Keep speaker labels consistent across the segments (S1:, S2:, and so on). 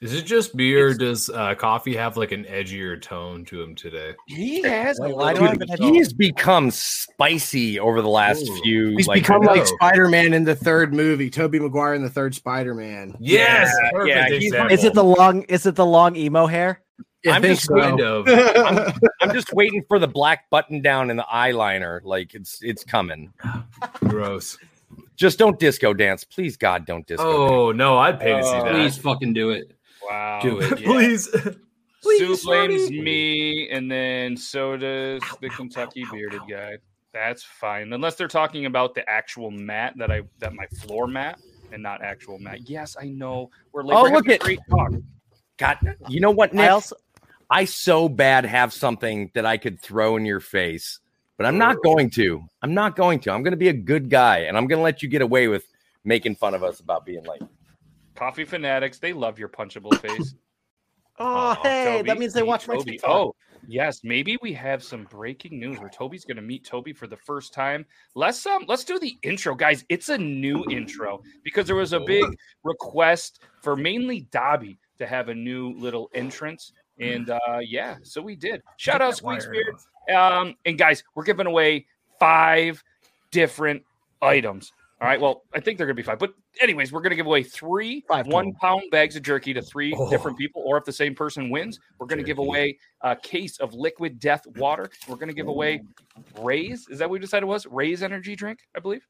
S1: Is it just me or
S2: It's-
S1: does uh, coffee have like an edgier tone to him today?
S2: He has a
S3: Dude,
S2: lot of
S3: he has become spicy over the last
S1: Ooh.
S3: few.
S4: He's become
S1: I know.
S4: like Spider Man in the third movie, Toby Maguire in the third Spider Man.
S1: Yes,
S3: Yeah,
S1: perfect
S3: yeah, he's-
S1: example.
S5: Is it the long? Is it the long emo hair?
S3: I'm just
S1: kind of?
S4: of.
S3: I'm just waiting for the black button down and the eyeliner. Like it's it's coming.
S1: Gross.
S3: Just don't disco dance, please. God, don't disco.
S1: Oh no, I'd pay to see
S6: Uh,
S3: Oh,
S1: that.
S2: Please fucking do it.
S6: Wow.
S2: Do it.
S1: Please.
S6: Sue
S1: Please,
S6: blames
S1: Shorty.
S6: me, and then so does the Kentucky bearded guy. That's fine, unless they're talking about the actual mat that I that my floor mat and not actual mat. Yes, I know we're late.
S3: Oh,
S6: We're
S3: look
S6: having a
S3: at-
S6: great talk.
S3: God, you know what,
S5: I
S3: Nick?
S5: also
S3: I so bad have something that I could throw in your face, but I'm not going to. I'm not going to. I'm going to be a good guy, and I'm going to let you get away with making fun of us about being late.
S6: Coffee fanatics, they love your punchable face.
S5: Oh,
S6: Aw,
S5: hey, that
S6: Toby,
S5: means they
S6: meet
S5: watch my
S6: Toby.
S5: TikTok.
S6: Oh, yes. Maybe we have some breaking news where Toby's going to meet Toby for the first time. Let's um, let's do the intro, guys. It's a new intro because there was a big request for mainly Dobby to have a new little entrance, and uh, yeah, so we did. Shout out Squeak Spirit. Um, and guys, we're giving away five different items. All right. Well, I think they're gonna be five, but anyways, we're gonna give away three
S4: Five
S6: one pound bags of jerky to three different people, or if the same person wins, we're gonna give away a case of liquid death water. We're gonna give away Rays. Is that what we decided was Rays energy drink? I believe.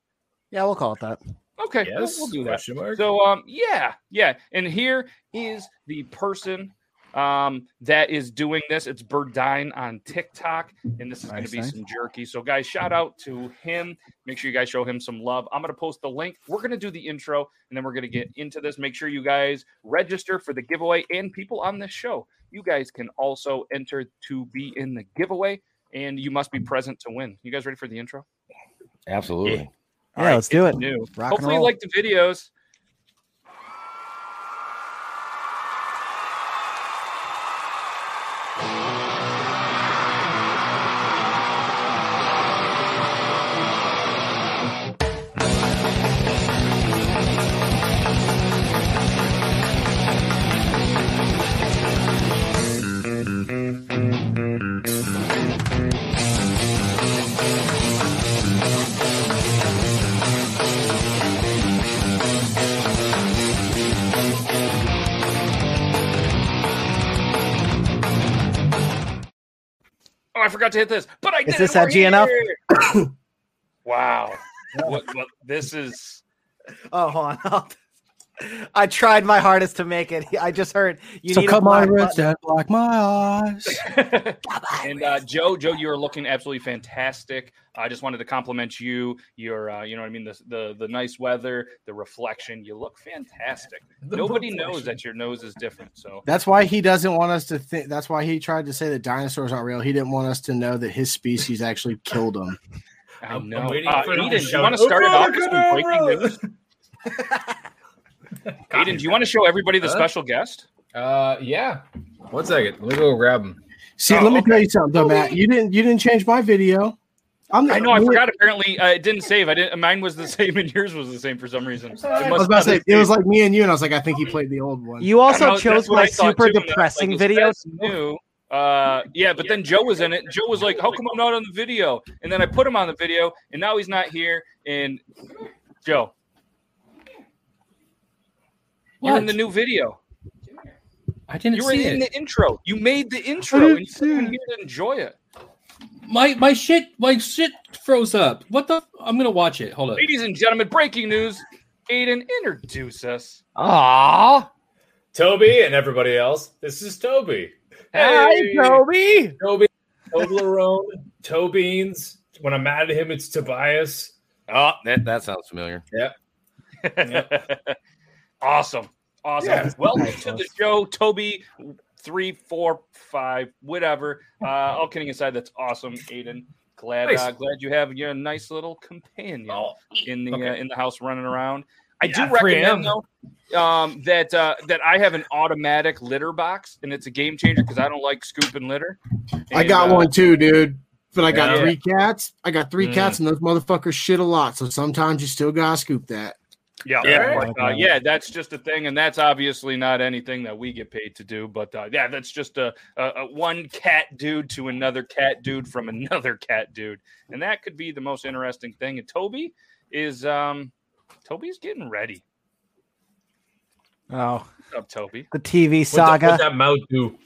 S5: Yeah, we'll call it that.
S6: Okay, we'll-
S1: Yes.
S6: we'll do that.
S1: question mark.
S6: So um yeah, yeah. And here is the person um that is doing this. It's Birdine on TikTok, and this is gonna
S2: Nice,
S6: be
S2: nice.
S6: some jerky. So guys, shout out to him. Make sure you guys show him some love. I'm gonna post the link. We're gonna do the intro and then we're gonna get into this. Make sure you guys register for the giveaway and people on this show. You guys can also enter to be in the giveaway. And you must be present to win. You guys ready for the intro?
S3: Absolutely.
S5: Yeah, let's do it.
S6: New.
S5: Rock and
S6: Hopefully, you
S5: roll.
S6: like the videos. Oh, I forgot to hit this, but I did.
S5: this
S6: it. We're
S5: edgy enough?
S6: here. wow. What, what, this is.
S5: Oh, hold on. I'll- I tried my hardest to make it. I just heard you
S2: So
S5: need
S2: come
S5: a
S2: on,
S5: black
S2: Red
S5: button.
S2: Dad, block my eyes.
S6: and uh, Joe, Joe, you are looking absolutely fantastic. I just wanted to compliment you. Your, uh, you know what I mean. The, the the nice weather, the reflection. You look fantastic. Nobody knows that your nose is different. So
S4: That's why he doesn't want us to think. That's why he tried to say that dinosaurs aren't real. He didn't want us to know that his species actually killed him.
S6: I
S1: I'm-
S6: know.
S1: I'm waiting
S6: Uh,
S1: for them to
S6: Aiden, do you
S1: shout, Oh
S6: want to start it off with some
S1: "Obrigado!"
S6: breaking news? Aiden, do you want to show everybody the
S1: Huh?
S6: special guest?
S1: Uh, yeah. One second. Let me go grab him.
S4: See,
S6: Oh,
S4: let me
S6: okay.
S4: tell you something, though, Matt. You didn't. You didn't change my video. I'm the,
S6: I know. I
S4: me-
S6: forgot. Apparently, uh, it didn't save. I didn't. Mine was the same, and yours was the same for some reason. It
S4: I
S6: must
S4: was about to
S6: not
S4: say
S6: have
S4: it was
S6: saved.
S4: like me and you, and I was like, I think he played the old one.
S5: You
S6: I
S5: also
S6: know,
S5: chose
S6: that's what
S5: my
S6: I thought,
S5: super
S6: too, and I was
S5: depressing
S6: like, is
S5: video.
S6: this New. Uh, yeah, but then Joe was in it. Joe was like, "How come I'm not on the video?" And then I put him on the video, and now he's not here. And Joe, you're in the new video.
S2: I didn't
S6: You were
S2: see
S6: in
S2: it.
S6: the intro. You made the intro, and you didn't here to enjoy it.
S2: My my shit my shit froze up. What the? I'm gonna watch it. Hold up.
S6: Ladies and gentlemen, breaking news. Aiden, introduce us.
S3: Aw,
S1: Toby and everybody else. This is Toby.
S3: hi, Toby.
S1: Toby, Toblerone, Toe Beans. When I'm mad at him, it's Tobias.
S3: Oh, that, that sounds familiar.
S6: awesome. Awesome.
S1: Yeah.
S6: Welcome to the show, Toby. Three, four, five, whatever. Uh, all kidding aside, that's awesome, Aiden. Glad,
S1: Nice.
S6: uh, glad you have your nice little companion
S1: Oh,
S6: in the uh,
S1: okay.
S6: in the house running around. I
S1: Yeah,
S6: do
S1: 3M.
S6: recommend though um, that uh, that I have an automatic litter box, and it's a game changer because I don't like scooping litter.
S4: I
S6: And,
S4: got
S6: uh,
S4: one too, dude. But I got
S1: Yeah.
S4: three cats. I got three
S1: Mm.
S4: cats, and those motherfuckers shit a lot. So sometimes you still gotta scoop that.
S6: Yeah,
S1: Yeah.
S6: but, uh, yeah, that's just a thing, and that's obviously not anything that we get paid to do. But uh, yeah, that's just a, a, a one cat dude to another cat dude from another cat dude, and that could be the most interesting thing. And Toby is um, Toby's getting ready.
S5: Oh,
S6: What's up, Toby?
S5: the TV
S1: What
S5: saga.
S1: that mouth do?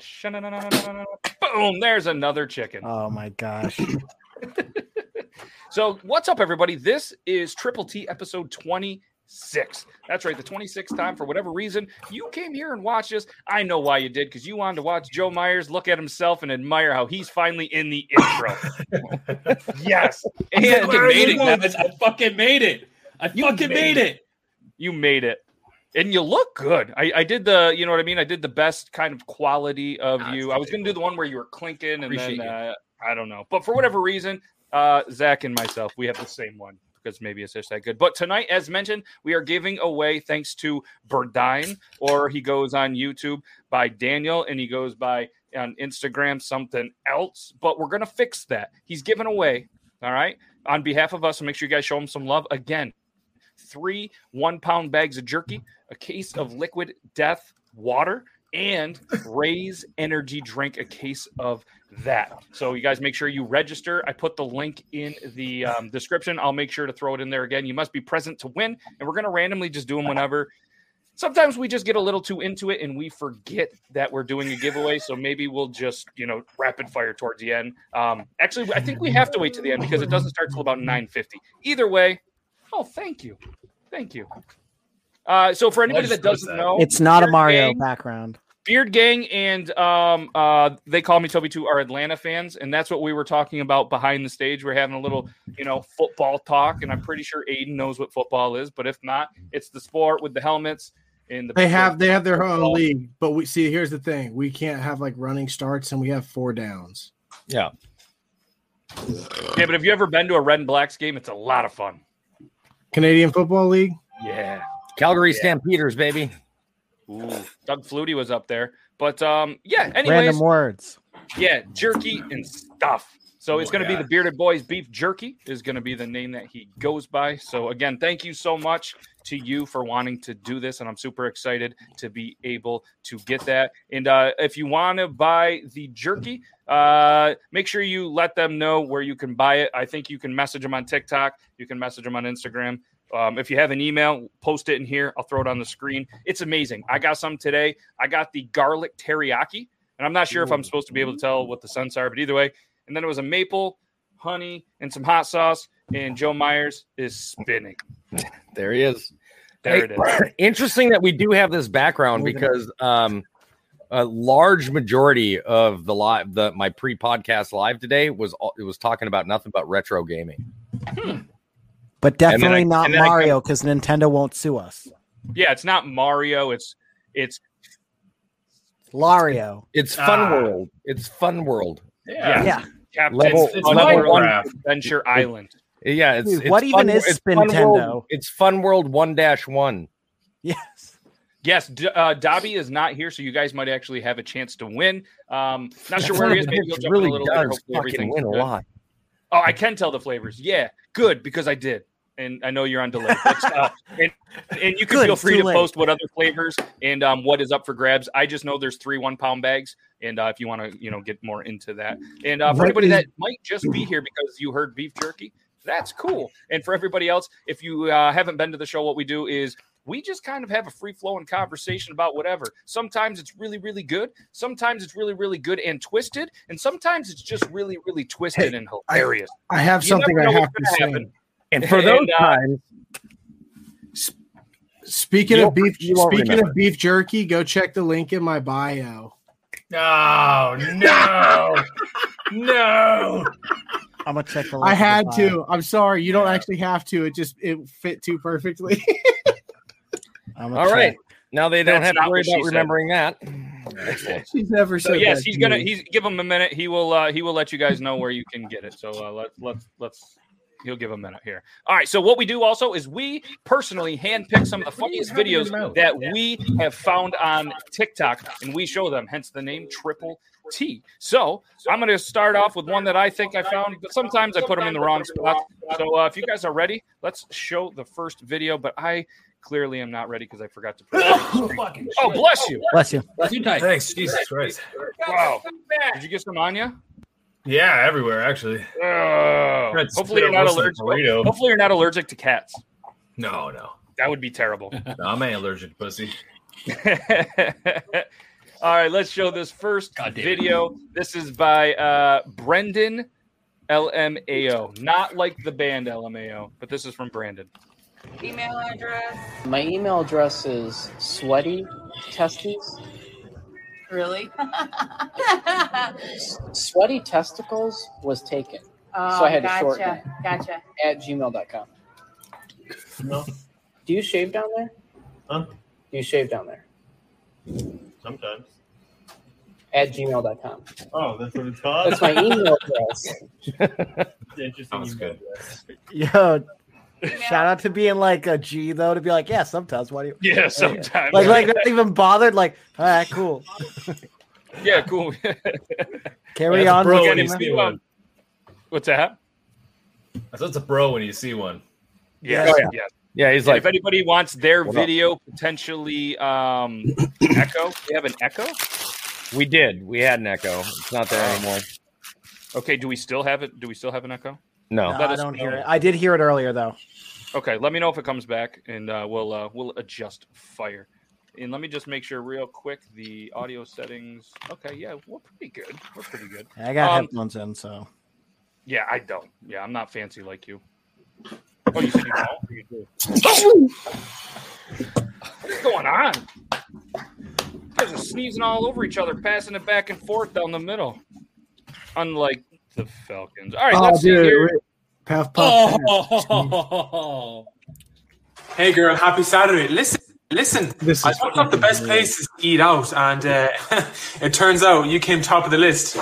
S6: Sha-na-na-na-na-na-na. Boom! There's another chicken.
S5: Oh my gosh.
S6: So, what's up, everybody? This is Triple T episode 26. That's right, the 26th time for whatever reason you came here and watched this. I know why you did because you wanted to watch Joe Myers look at himself and admire how he's finally in the intro. yes. And
S2: I fucking made it,
S6: you-
S2: guys. I fucking made it. I
S6: You
S2: fucking
S6: made
S2: made it.
S6: you made it. And you look good. I, I did the, you know what I mean? I did the best kind of quality of
S3: Nah,
S6: you.
S3: it's
S6: I was going to do the one where you were clinking and
S2: Appreciate
S6: then
S2: you.
S6: uh, I don't know. But for whatever reason, uh, Zach and myself, we have the same one because maybe it's just that good. But tonight, as mentioned, we are giving away thanks to Berdine, or he goes on YouTube by Daniel and he goes by on Instagram something else. But we're going to fix that. He's giving away, all right, on behalf of us. So make sure you guys show him some love. Again, three one pound bags of jerky, a case of liquid death water, and Raise Energy Drink, a case of that. So you guys make sure you register. I put the link in the um, description. I'll make sure to throw it in there again. You must be present to win, and we're gonna randomly just do them whenever. Sometimes we just get a little too into it and we forget that we're doing a giveaway. So maybe we'll just, you know, rapid fire towards the end. Um, actually, I think we have to wait to the end because it doesn't start till about 9.50. Either way, oh, thank you. Thank you. Uh, so for anybody that
S1: just noticed
S6: doesn't
S1: that.
S6: know,
S5: It's not a
S6: Your
S5: Mario
S6: game.
S5: background.
S6: Beard Gang and um, uh, they call me Toby Two are Atlanta fans, and that's what we were talking about behind the stage. We're having a little, you know, football talk, and I'm pretty sure Aiden knows what football is, but if not, it's the sport with the helmets and the.
S4: They have they have their own
S6: Football.
S4: league, but we see here's the thing: we can't have like running starts, and we have four downs.
S6: yeah, but have you ever been to a Red and Blacks game? It's a lot of fun.
S4: Canadian Football League.
S6: Yeah.
S3: Calgary Stampeders, baby.
S6: Ooh, Doug Flutie was up there, but um, yeah. Anyways,
S5: Random words.
S6: Yeah, jerky and stuff. So it's going to be the Bearded Boys Beef Jerky is going to be the name that he goes by. So again, thank you so much to you for wanting to do this, and I'm super excited to be able to get that. And uh, if you want to buy the jerky, uh, make sure you let them know where you can buy it. I think you can message them on TikTok. You can message them on Instagram. Um, if you have an email, post it in here. I'll throw it on the screen. It's amazing. I got some today. I got the garlic teriyaki. And I'm not sure if I'm supposed to be able to tell what the scents are, but either way. And then it was a maple, honey, and some hot sauce. And Joe Myers is spinning.
S3: There he is.
S6: There it is.
S3: Interesting that we do have this background because um, a large majority of the live, the my pre-podcast live today was all- it was talking about nothing but retro gaming.
S5: But
S3: then I-
S5: definitely not
S3: and then I
S5: Mario because Nintendo won't sue us.
S6: Yeah, it's not Mario. It's it's
S5: Lario.
S3: It's fun
S1: Ah.
S3: world. It's fun world.
S6: Yeah.
S1: Yeah.
S5: Yeah.
S6: Captain
S3: Level-
S6: Fun
S1: it's level
S6: World
S1: one.
S6: Adventure Island.
S3: Yeah, it's,
S5: Dude,
S3: it's
S5: what even
S3: Fun-
S5: is
S3: it's Fun
S5: Spintendo?
S3: World- It's Fun World One Dash One.
S5: Yes.
S6: Yes, D- uh, Dobby is not here, so you guys might actually have a chance to win. Um, not sure
S3: That
S6: where
S3: son
S6: he is.
S3: of a
S6: Maybe
S3: bitch
S6: he'll jump in
S3: really
S6: a little
S3: does
S6: later. Hopefully,
S3: fucking
S6: everything's
S3: win a
S6: good.
S3: lot.
S6: Oh, I can tell the flavors. Yeah, good because I did, and I know you're on delay. But, uh, and, and you can
S5: Good,
S6: feel
S5: it's
S6: free
S5: too
S6: to
S5: late.
S6: post what other flavors and um, what is up for grabs. I just know there's three one pound bags, and uh, if you want to, you know, get more into that, and uh, for
S4: What
S6: anybody
S4: is-
S6: that might just be here because you heard beef jerky, that's cool. And for everybody else, if you uh, haven't been to the show, what we do is we just kind of have a free flowing conversation about whatever. Sometimes it's really, really good. Sometimes it's really, really good and twisted. And sometimes it's just really, really twisted
S4: Hey,
S6: and
S4: I-
S6: hilarious.
S4: I have
S6: You
S4: something
S6: never
S4: I
S6: know
S4: have to
S6: what's
S4: say.
S6: gonna happen.
S3: And for
S6: And,
S3: those
S6: uh,
S3: times,
S4: Speaking
S3: You'll-
S4: of beef,
S3: you won't
S4: speaking
S3: remember.
S4: of beef jerky, go check the link in my bio.
S1: No, no, no.
S5: I'm gonna check the link Oh, in
S4: I
S5: the
S4: had
S5: bio.
S4: to. I'm sorry. You don't
S1: Yeah.
S4: actually have to. It just it fit too perfectly.
S5: I'm
S3: all right. Now they don't
S6: That's
S3: have
S6: not
S3: to worry
S6: what she
S3: about
S6: said.
S3: remembering that.
S4: She's never said.
S6: So yes,
S4: that
S6: he's
S4: to
S6: gonna
S4: me.
S6: he's give him a minute. He will uh, he will let you guys know where you can get it. So uh, let's let's let's he'll give a minute here. All right. So what we do also is we personally handpick some of the funniest videos that we have found on TikTok, and we show them. Hence the name Triple tea. So I'm going to start off with one that I think I found. But sometimes I put them in the wrong spot. So uh, if you guys are ready, let's show the first video. But I clearly am not ready because I forgot to. Put oh, bless you!
S5: Bless you.
S2: Bless you, Ty.
S1: Thanks, Jesus Christ.
S6: Wow. Did you get some on you?
S1: Yeah, everywhere actually.
S6: Oh.
S1: That's
S6: Hopefully you're not
S1: terrible
S6: allergic. Oh.
S1: burrito.
S6: Hopefully you're not allergic to cats.
S1: No, no,
S6: That would be terrible.
S1: no I'm ain't allergic to pussy.
S6: All right, let's show this first
S2: God damn it.
S6: video. This is by uh, Brendan LMAO. Not like the band LMAO, but this is from Brandon.
S7: email address.
S8: My email address is sweaty testes,
S7: Really?
S8: sweaty testicles was taken
S7: Oh,
S8: So I had to
S7: gotcha,
S8: shorten it.
S7: Gotcha.
S8: at gmail.com.
S9: No,
S8: Do you shave down there?
S9: Huh?
S8: Do you shave down there?
S9: sometimes.
S8: At gmail.com.
S9: Oh, that's what it's called.
S8: That's my email address.
S9: Interesting.
S1: Sounds
S9: email
S1: good.
S9: address.
S5: Yo,
S7: Email.
S5: shout out to being like a G though to be like, yeah, sometimes. Why do you
S6: Yeah, sometimes.
S5: like like not even bothered? Like, all right, cool.
S6: yeah, cool.
S5: Carry
S1: That's a
S5: on.
S1: bro
S5: with
S1: when
S5: it,
S1: you
S5: man.
S1: see one.
S6: What's that?
S1: That's what's a bro when you see one.
S6: Yes,
S3: Oh,
S6: yeah.
S3: yeah. Yeah, he's
S6: And
S3: like,
S6: if anybody wants their
S3: What up?
S6: video potentially um, echo, we have an echo.
S3: we did. We had an echo. It's not
S6: Oh.
S3: there anymore.
S6: Okay, do we still have it? Do we still have an echo?
S3: No.
S5: No,
S6: Let
S5: I
S6: us
S5: don't hear
S6: know.
S5: it. I did hear it earlier though.
S6: Okay, let me know if it comes back, and uh, we'll uh, we'll adjust fire. And let me just make sure real quick the audio settings. Okay, yeah, we're pretty good. We're pretty good.
S5: I got
S6: Um,
S5: headphones in, so
S6: Yeah, I don't. Yeah, I'm not fancy like you. Oh, you said you don't? You do. What's going on? You guys are sneezing all over each other, passing it back and forth down the middle. Unlike the Falcons. All right,
S4: Oh,
S6: let's see here.
S4: Puff, puff.
S2: Oh,
S10: Hey girl, happy Saturday. Listen, listen.
S4: This
S10: I
S4: is
S10: looked up the best places to eat out, and uh, it turns out you came top of the list.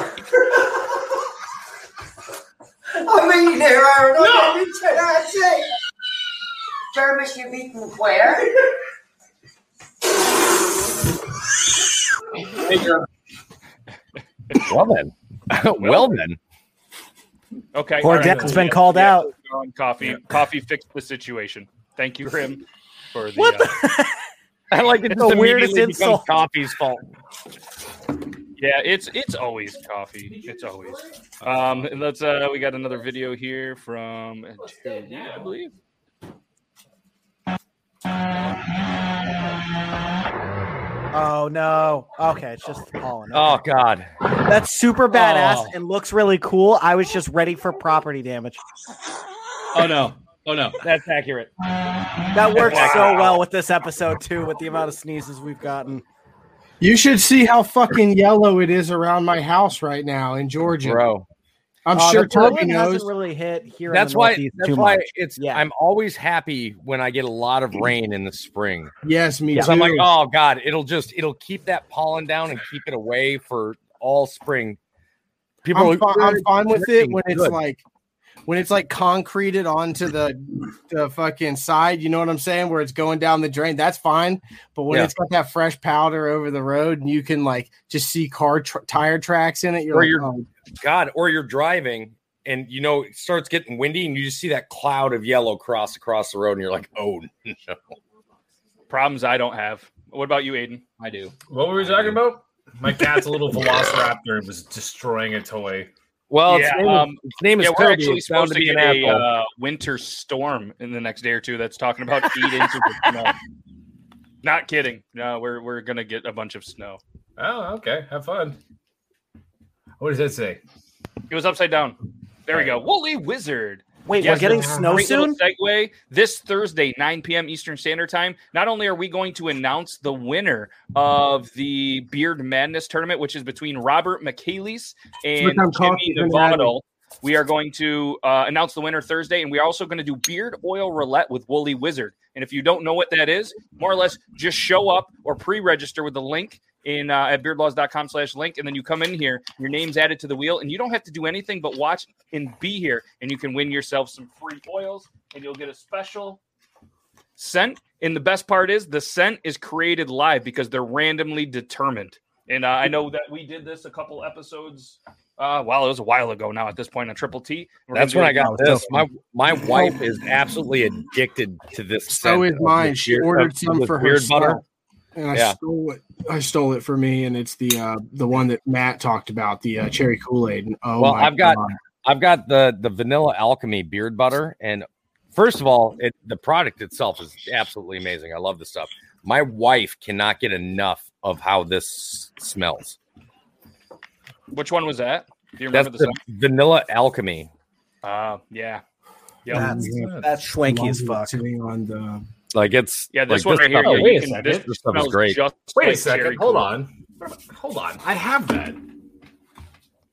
S11: I'm eating here, Aaron. I'm eating it, that's it. Jermis, you've eaten where?
S3: Well then. well then.
S6: Okay.
S5: poor
S6: all right,
S5: Dad's
S6: cool.
S5: been
S6: Yeah,
S5: called
S6: yeah,
S5: out.
S6: we're on Coffee. Coffee fixed the situation. Thank you, Rim, for the.
S5: What
S6: Uh,
S5: the-
S3: I like it.
S5: It's the weirdest insult.
S3: Coffee's fault.
S6: yeah, it's it's always coffee. It's always. Um, and let's. Uh, we got another video here from Jeremy, I believe.
S5: Oh no. Okay, it's just the pollen. Okay.
S3: Oh God.
S5: That's super badass
S2: Oh.
S5: and looks really cool. I was just ready for property damage.
S2: oh no. Oh no.
S3: That's accurate.
S5: That works so well with this episode too, with the amount of sneezes we've gotten.
S4: You should see how fucking yellow it is around my house right now in Georgia.
S3: Bro.
S4: I'm
S5: Uh,
S4: sure
S5: the pollen
S4: Toby knows.
S5: hasn't really hit here.
S3: That's
S5: in the
S3: why
S5: Northeast
S3: that's
S5: too
S3: why
S5: much.
S3: it's
S5: Yeah. Mm.
S3: I'm always happy when I get a lot of rain in the spring.
S4: yes, me
S5: Yeah.
S4: too.
S3: So I'm like, oh God, it'll just it'll keep that pollen down and keep it away for all spring. People
S4: "Oh, I'm,
S3: are like,
S4: fi- I'm fine with it when it's
S3: Good.
S4: like when it's like concreted onto the the fucking side. You know what I'm saying? Where it's going down the drain. That's fine. But when
S3: Yeah.
S4: it's got that fresh powder over the road and you can like just see car tr- tire tracks in it, you're
S3: Or
S4: like,
S3: you're-
S4: oh,
S3: God, or you're driving and you know it starts getting windy and you just see that cloud of yellow cross across the road and you're like, oh no.
S6: Problems I don't have. What about you, Aiden?
S2: I do.
S1: What were we talking about? My cat's a little velociraptor and was destroying a toy.
S3: Well,
S6: Yeah,
S3: its name,
S6: um,
S3: its name is
S6: yeah, we're
S3: Toby.
S6: actually
S3: It's bound
S6: supposed to
S3: be
S6: get
S3: an
S6: a
S3: asshole.
S6: uh, winter storm in the next day or two. That's talking about eight inches of snow. Not kidding. No, we're we're gonna get a bunch of snow.
S1: Oh, okay. Have fun. What does that say?
S6: It was upside down. There we go. Woolly Wizard.
S5: Wait,
S6: Yes,
S5: we're getting
S1: it's
S5: snow
S6: Great little
S5: soon.
S6: segue. This Thursday, 9 p.m. Eastern Standard Time. Not only are we going to announce the winner of the Beard Madness tournament, which is between Robert McCalise and
S4: Look, I'm
S6: Jimmy
S4: coughing.
S6: Nevada. We are going to uh, announce the winner Thursday, and we are also going to do beard oil roulette with Woolly Wizard. And if you don't know what that is, more or less, just show up or pre-register with the link in uh, at beardlaws.com slash link, and then you come in here. Your name's added to the wheel, and you don't have to do anything but watch and be here, and you can win yourself some free oils, and you'll get a special scent. And the best part is the scent is created live because they're randomly determined. And uh, I know that we did this a couple episodes. Uh, well, it was a while ago now. At this point, on Triple T, We're gonna
S3: That's
S6: do
S3: when
S6: it
S3: I got
S6: now.
S3: this. My my wife is absolutely addicted to this.
S4: So
S3: scent
S4: is
S3: of
S4: mine.
S3: this
S4: She
S3: weird-
S4: ordered
S3: of
S4: some
S3: this
S4: for
S3: weird uh, butter.
S4: herself, and I
S3: Yeah.
S4: stole it. I stole it for me, and it's the uh, the one that Matt talked about, the uh, cherry Kool Aid. Oh,
S3: well,
S4: my
S3: I've got
S4: God.
S3: I've got the the vanilla alchemy beard butter, and first of all, it, the product itself is absolutely amazing. I love this stuff. My wife cannot get enough of how this smells.
S6: Which one was that? Do you
S3: That's
S6: remember the
S3: the
S6: song?
S3: vanilla alchemy.
S6: Uh, yeah. Yep.
S4: swanky as fuck. Sitting on the
S3: Like it's
S6: Yeah, this
S3: like,
S6: one right
S3: stuff- Oh,
S6: here.
S3: wait
S6: you
S3: a
S6: can-
S3: second.
S6: this
S3: This, stuff is
S6: smells
S3: great.
S6: just
S1: Wait a
S6: like
S1: second.
S6: cherry
S1: Hold
S6: Cola.
S1: on. Hold on. I have that.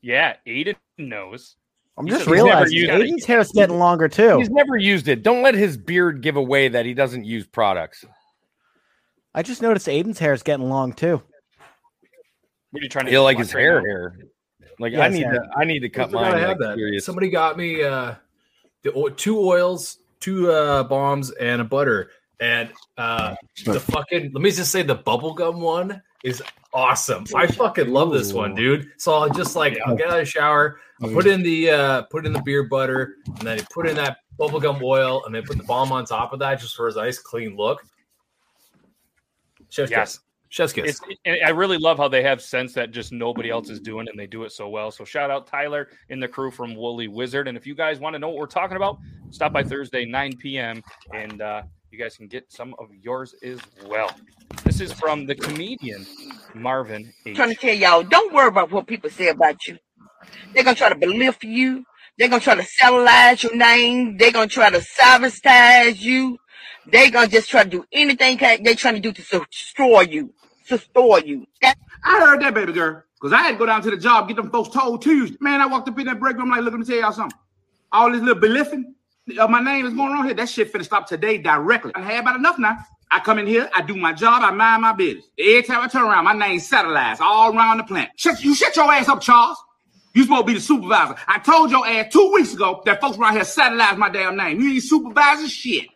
S6: Yeah, Aiden knows.
S5: I'm
S6: He
S5: just
S6: says he's never
S5: realizing
S6: used it.
S5: Aiden's hair is getting longer too.
S3: He's never used it. Don't let his beard give away that he doesn't use products.
S5: I just noticed Aiden's hair is getting long too.
S6: What are you trying to
S3: He'll like his
S6: right
S3: hair
S6: now?
S3: here. Like
S5: Yeah,
S3: I
S5: his
S3: need
S5: hair.
S3: to I need to cut
S1: forgot
S3: mine.
S1: I had
S3: like,
S1: that.
S3: serious.
S1: Somebody got me uh, the o- two oils, two uh, bombs, and a butter. And uh, the fucking let me just say the bubblegum one is awesome. I fucking love this one, dude. So I'll just like I'll get out of the shower, I'll put in the uh, put in the beer butter, and then I put in that bubblegum oil, and then put the bomb on top of that just for his nice clean look. Chef's
S6: Yes.
S1: kiss. Chef's kiss.
S6: It's, and I really love how they have sense that just nobody else is doing, and they do it so well. So shout out Tyler and the crew from Woolly Wizard. And if you guys want to know what we're talking about, stop by Thursday 9 p.m. and uh, you guys can get some of yours as well. This is from the comedian Marvin H.
S12: trying to tell y'all, don't worry about what people say about you. They're gonna try to belittle you. They're gonna try to satellite your name. They're gonna try to sabotage you. They're gonna just try to do anything ca- they trying to do to destroy you, to destroy you.
S13: I heard that, baby girl, because I had to go down to the job, get them folks told Tuesday. Man, I walked up in that break room like, look, let me tell y'all something. All this little beliffing of my name is going on here. That shit finna stop today directly. I had about enough now. I come in here, I do my job, I mind my business. Every time I turn around, my name satellites all around the planet. Shut, you shut your ass up, Charles. You supposed to be the supervisor. I told your ass two weeks ago that folks around here satellize my damn name. You ain't supervising shit.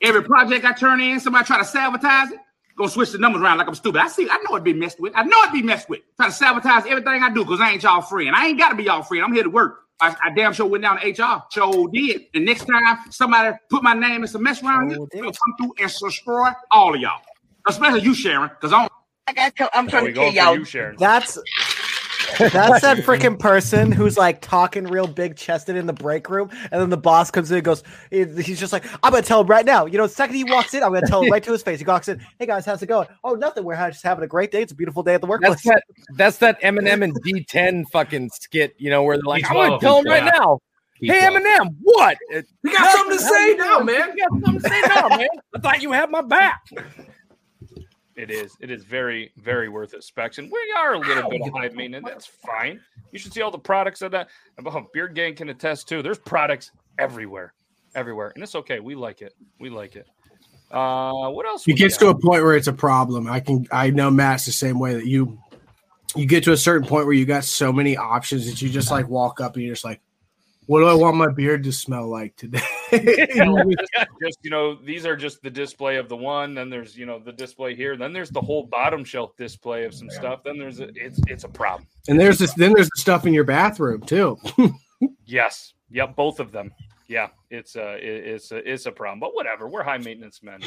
S13: Every project I turn in, somebody try to sabotage it. Gonna switch the numbers around like I'm stupid. I see. I know it be messed with. I know it be messed with. Try to sabotage everything I do because I ain't y'all friend. I ain't gotta be y'all friend. I'm here to work. I, I damn sure went down to HR. Sure did. The next time somebody put my name in some mess around here, they'll come through and destroy all of y'all, especially you, Sharon. Because I'm.
S12: I got to, I'm
S5: trying to tell y'all-
S13: That's
S5: That's that freaking person who's like talking real big chested in the break room, and then the boss comes in and goes, he's just like, I'm gonna tell him right now. You know, the second he walks in, I'm gonna tell him right to his face. He walks in, hey guys, how's it going? Oh, nothing. We're ha- just having a great day. It's a beautiful day at the workplace.
S3: That's that. That's that Eminem and D10 fucking skit. You know where they're like, I'm gonna
S5: D12,
S3: tell him right
S5: yeah.
S3: now. Hey
S5: D12.
S3: Eminem, what?
S1: You got something to say now, man.
S3: You got something to say now, man. I thought you had my back.
S6: It is. It is very, very worth it, Specs. And we are a little bit high maintenance. That's fine. You should see all the products of that. Oh, Beard Gang can attest too. There's products everywhere, everywhere, and it's okay. We like it. We like it. Uh, what else? we
S4: It gets
S6: got?
S4: to a point where it's a problem. I can I know Matt's the same way that you you get to a certain point where you got so many options that you just like walk up and you're just like, what do I want my beard to smell like today?
S6: just you know these are just the display of the one then there's you know the display here then there's the whole bottom shelf display of some stuff then there's a, it's it's a problem
S4: and there's this then there's the stuff in your bathroom too.
S6: yes yep both of them yeah it's a it- it's a it's a problem but whatever we're high maintenance men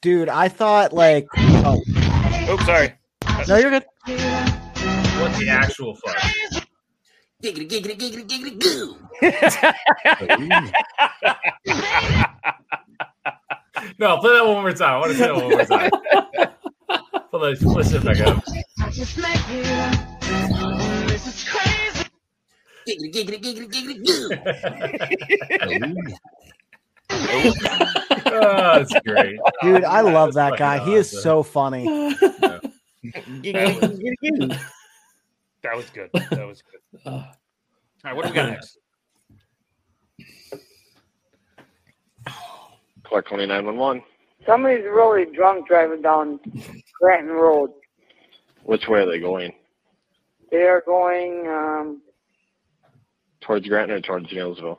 S5: Dude, I thought like, oh,
S6: oops sorry
S5: no, you're good.
S1: What the actual fuck?
S14: Giggity, giggity, giggity, giggity, goo.
S1: No, play that one more time. I want to say that one more time. Play that- Let's sit back up.
S14: Giggity, giggity, giggity, giggity, goo.
S1: Oh, that's great.
S5: Dude, I love that guy. He is so funny.
S6: that was good that was good
S4: Uh,
S6: all right what do we got next
S15: Clark County 911.
S11: Somebody's really drunk driving down Granton Road.
S15: Which way are they going?
S11: They are going um,
S15: Towards Granton or towards Galesville?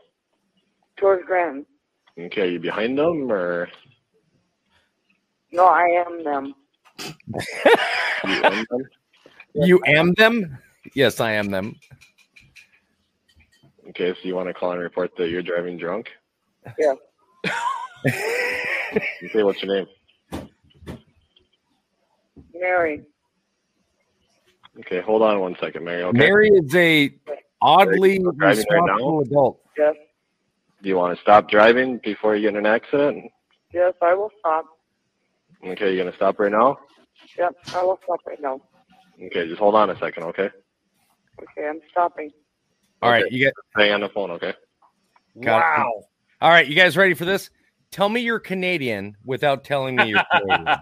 S11: towards Granton.
S15: Okay, are you behind them or
S11: No, I am them.
S15: you in them?
S3: You am them? Yes, I am them.
S16: Okay, so you want to call and report that you're driving drunk?
S17: Yeah.
S16: Okay, what's your name?
S17: Mary.
S16: Okay, hold on one second, Mary. Okay.
S3: Mary is a oddly
S16: Driving right now?
S3: responsible adult.
S17: Yes.
S16: Do you want to stop driving before you get in an accident?
S17: Yes, I will stop.
S16: Okay, you're gonna stop right now.
S17: Yep, I will stop right now.
S16: Okay, just hold on a second, okay?
S17: Okay, I'm stopping.
S3: All right, you get
S16: hang on the phone, okay?
S3: Got it.
S16: Wow.
S3: All right, you guys ready for this? Tell me you're Canadian without telling me you're Canadian.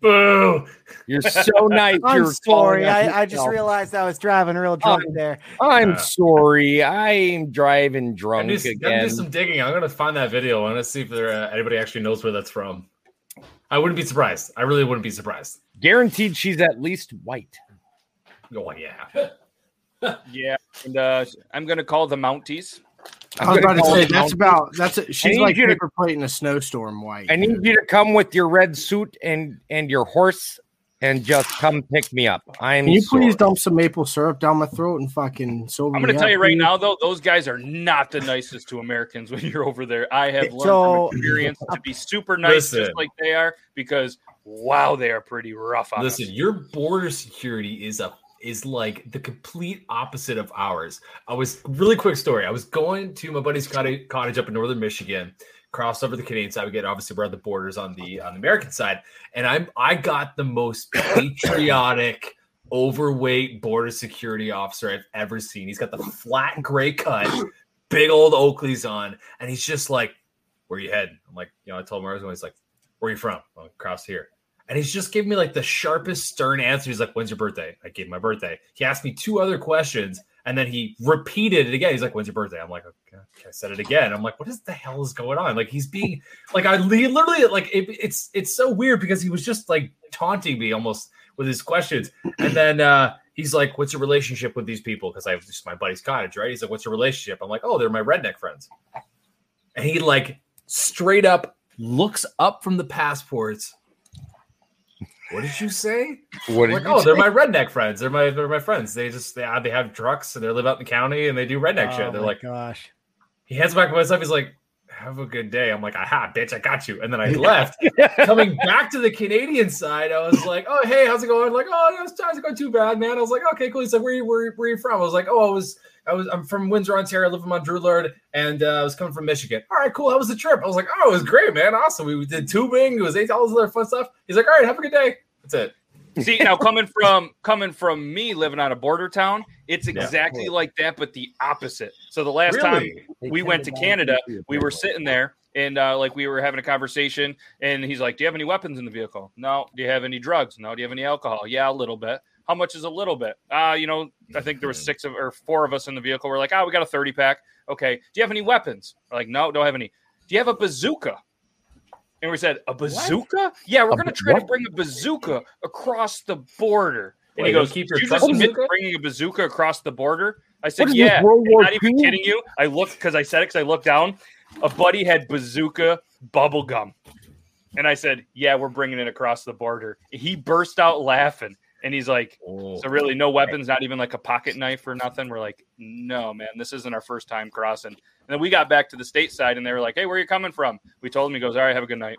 S1: Boo!
S3: You're so nice.
S5: I'm
S3: you're calling
S5: sorry.
S3: out
S5: I, I just
S3: yourself.
S5: realized I was driving real drunk there.
S3: I'm sorry. I'm driving drunk
S1: I'm just, I'm
S3: again.
S1: just some digging. I'm gonna find that video. I'm gonna see if there uh, anybody actually knows where that's from. I wouldn't be surprised. I really wouldn't be surprised.
S3: Guaranteed, she's at least white.
S1: Oh yeah.
S6: yeah, and uh, I'm gonna call the Mounties.
S4: I was about to say that's
S6: Mounties.
S4: about that's a,
S3: I
S4: she's
S3: need
S4: like
S3: you to-
S4: paper plate in a snowstorm white.
S3: I need you to come with your red suit and and your horse and just come pick me up. I'm
S4: Can you
S3: sorry.
S4: please dump some maple syrup down my throat and fucking sober
S6: I'm going
S4: me
S6: to tell
S4: up,
S6: you right
S4: please?
S6: now, though, those guys are not the nicest to Americans when you're over there. I have learned
S4: So-
S6: from experience to be super nice,
S1: Listen.
S6: just like they are, because wow, they are pretty rough on
S1: Listen,
S6: us.
S1: your border security is a is like the complete opposite of ours. I was really quick story. I was going to my buddy's cottage, cottage up in northern Michigan, crossed over the Canadian side. We get obviously we're on the borders on the on the American side, and I'm I got the most patriotic. Overweight border security officer I've ever seen. He's got the flat gray cut, big old Oakleys on, and he's just like, "Where you heading?" I'm like, you know, I told him where I was going. He's like, "Where you from?" I'm like, across here. And he's just giving me like the sharpest, stern answer. He's like, When's your birthday? I gave him my birthday. He asked me two other questions and then he repeated it again. He's like, When's your birthday? I'm like, Okay, I said it again. I'm like, What is the hell is going on? Like, he's being like, I li- literally, like, it, it's it's so weird because he was just like taunting me almost with his questions. And then, uh, He's like, "What's your relationship with these people?" Because I was just my buddy's cottage, right? He's like, "What's your relationship?" I'm like, "Oh, they're my redneck friends." And he like straight up looks up from the passports what did you say?
S3: What did
S1: like,
S3: you
S1: oh, they're
S3: say?
S1: my redneck friends. They're my they're my friends. They just they, they have trucks and they live out in the county and they do redneck
S5: Oh
S1: shit. They're
S5: my
S1: like,
S5: gosh.
S1: he hands back my stuff. He's like, have a good day. I'm like, aha, bitch, I got you. And then I left. Coming back to the Canadian side, I was like, oh hey, how's it going? Like, oh, it's not going too bad, man. I was like, okay, cool. He's like, where you where, where you from? I was like, oh, I was I was I'm from Windsor, Ontario. I live in Montrouillard, and uh, I was coming from Michigan. All right, cool. How was the trip? I was like, oh, it was great, man. Awesome. We did tubing. It was eight all this other fun stuff. He's like, all right, have a good day. That's it.
S6: See now, coming from coming from me living on a border town, it's
S1: Yeah.
S6: exactly like that, but the opposite. So the last
S1: Really?
S6: time we went to Canada, we were sitting there and uh, like we were having a conversation, and he's like, "Do you have any weapons in the vehicle? No. Do you have any drugs? No. Do you have any alcohol? Yeah, a little bit. How much is a little bit? Uh, you know, I think there was six of or four of us in the vehicle. We're like, oh, we got a thirty pack. Okay. Do you have any weapons? We're like, no, don't have any. Do you have a bazooka? And we said, a bazooka? Yeah, we're going to try to bring a bazooka across the border. And
S1: Wait,
S6: he goes,
S1: they'll keep
S6: keep
S1: your
S6: you
S1: truck
S6: just admit
S1: bazooka?
S6: bringing a bazooka across the border? I
S3: What
S6: said,
S3: is this,
S6: yeah.
S3: World
S6: And
S3: War
S6: not even
S3: II?
S6: kidding you. I looked because I said it because I looked down. A buddy had bazooka bubble gum. And I said, yeah, we're bringing it across the border. He burst out laughing. And he's like, so really, no weapons, not even like a pocket knife or nothing. We're like, no, man, this isn't our first time crossing. And then we got back to the state side, and they were like, hey, where are you coming from? We told him, he goes, all right, have a good night.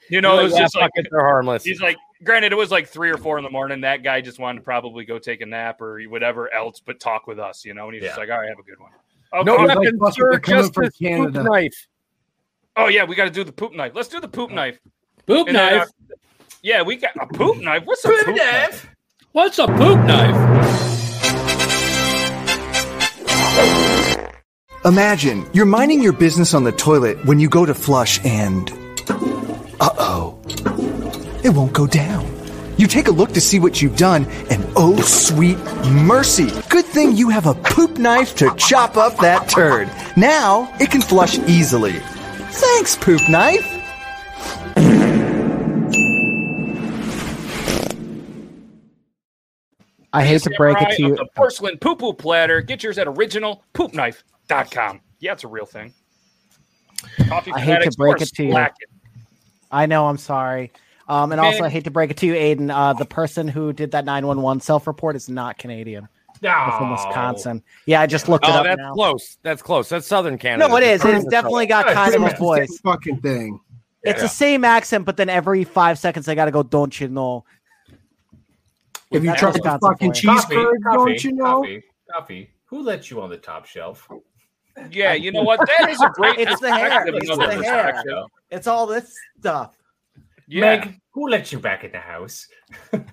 S6: you know, it was
S3: Yeah,
S6: just like,
S3: fuck it, they're harmless.
S6: he's like, granted, it was like three or four in the morning. That guy just wanted to probably go take a nap or whatever else, but talk with us, you know? And he's just
S1: Yeah.
S6: like, all right, have a good one. Oh,
S3: No
S6: Okay.
S3: weapons, sir. Just this poop knife.
S6: Oh yeah, we got to do the poop knife. Let's do the poop knife.
S2: Poop
S6: And then,
S2: knife?
S6: uh, yeah, we got a poop knife. What's a poop, knife?
S2: What's a poop knife?
S18: Imagine you're minding your business on the toilet when you go to flush and. Uh oh. It won't go down. You take a look to see what you've done, and oh sweet mercy! Good thing you have a poop knife to chop up that turd. Now it can flush easily. Thanks, poop knife!
S5: I hate to break
S6: Fry
S5: it to you.
S6: Of the porcelain poo poo platter. Get yours at originalpoopknife.com. Yeah, it's a real thing. Coffee
S5: I hate to
S6: fanatics
S5: break
S6: or
S5: it to you.
S6: slack it.
S5: I know. I'm sorry. Um, and
S1: Man.
S5: also, I hate to break it to you, Aiden, uh, the person who did that 911 self report is not Canadian. They're
S6: Oh.
S5: from
S3: No.
S5: Wisconsin. Yeah, I just looked it
S3: oh,
S5: up
S3: that's
S5: now.
S3: close. That's close. That's Southern Canada.
S5: No, it is. It's definitely got
S4: Pretty
S5: kind of a
S4: much the same
S5: voice.
S4: Fucking thing.
S5: It's
S4: Yeah.
S5: the same accent, but then every five seconds I gotta go, don't you know?
S4: Have you
S5: That's
S4: tried the
S5: Wisconsin
S4: fucking
S5: for you.
S4: cheese
S1: Coffee,
S4: curd?
S1: coffee,
S4: Don't you know?
S1: Coffee, coffee. Who let you on the top shelf?
S6: Yeah, you know what? That is a great.
S5: It's the hair.
S6: perspective,
S5: It's
S6: another
S5: the hair.
S6: perspective.
S5: It's all this stuff.
S6: Yeah.
S1: Meg, who let you back in the house?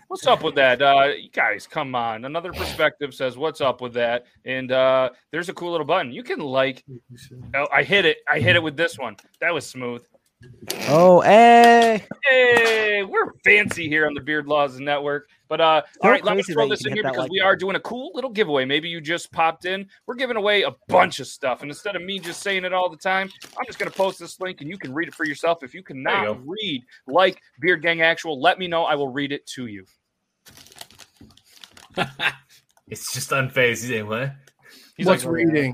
S6: What's up with that? Uh, you guys, come on. Another perspective says, What's up with that? And uh, there's a cool little button. You can like, oh, I hit it. I hit it with this one. That was smooth.
S5: Oh, hey.
S6: Hey, we're fancy here on the Beard Laws Network. But uh,
S5: So
S6: all right, let me
S5: crazy
S6: throw
S5: that you
S6: this
S5: can hit
S6: in here
S5: that
S6: because
S5: like
S6: we are doing a cool little giveaway. Maybe you just popped in. We're giving away a bunch of stuff, and instead of me just saying it all the time, I'm just going to post this link, and you can read it for yourself. If you cannot
S1: go.
S6: read like Beard Gang Actual, let me know. I will read it to you.
S1: It's just unfazed. He's like, what?
S6: He's
S4: What's
S6: like,
S4: reading?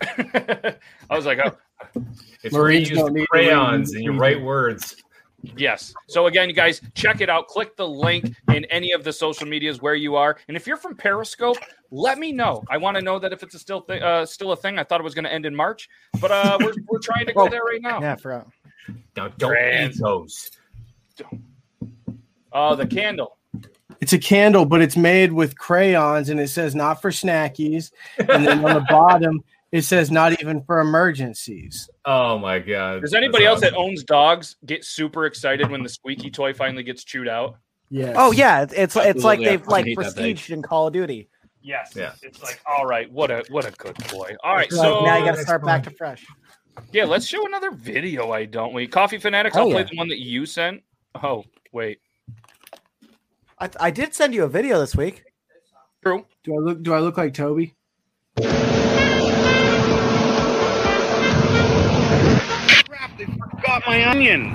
S6: I was like, oh,
S1: If
S4: Marines
S1: Marines
S4: don't need
S1: use
S4: to
S1: crayons
S4: read.
S1: and you write words,
S6: Yes. So again, you guys, check it out. Click the link in any of the social medias where you are. And if you're from Periscope, let me know. I want to know that if it's a still thi- uh, still a thing. I thought it was going to end in March, but uh, we're, we're trying to
S5: Oh.
S6: go there right now.
S5: Yeah, I forgot.
S1: now don't eat those.
S6: Oh, the candle.
S4: It's a candle, but it's made with crayons, and it says not for snackies. And then on the bottom, it says not even for emergencies.
S1: Oh my god!
S6: Does anybody else that owns dogs get super excited when the squeaky toy finally gets chewed out?
S4: Yeah.
S5: Oh yeah, it's it's, it's like
S6: Absolutely, I
S5: they've
S6: fucking
S5: like
S6: hate that thing.
S5: prestiged in Call of Duty.
S6: Yes.
S1: Yeah.
S6: It's like, all right, what a what a good boy. All right,
S5: Like,
S6: so
S5: now you gotta start back to fresh.
S6: Yeah, let's show another video. I don't we coffee fanatics.
S5: Hell
S6: I'll play
S5: yeah.
S6: the one that you sent. Oh wait,
S5: I, I did send you a video this week.
S6: True.
S4: Do I look? Do I look like Toby?
S19: Got my onions.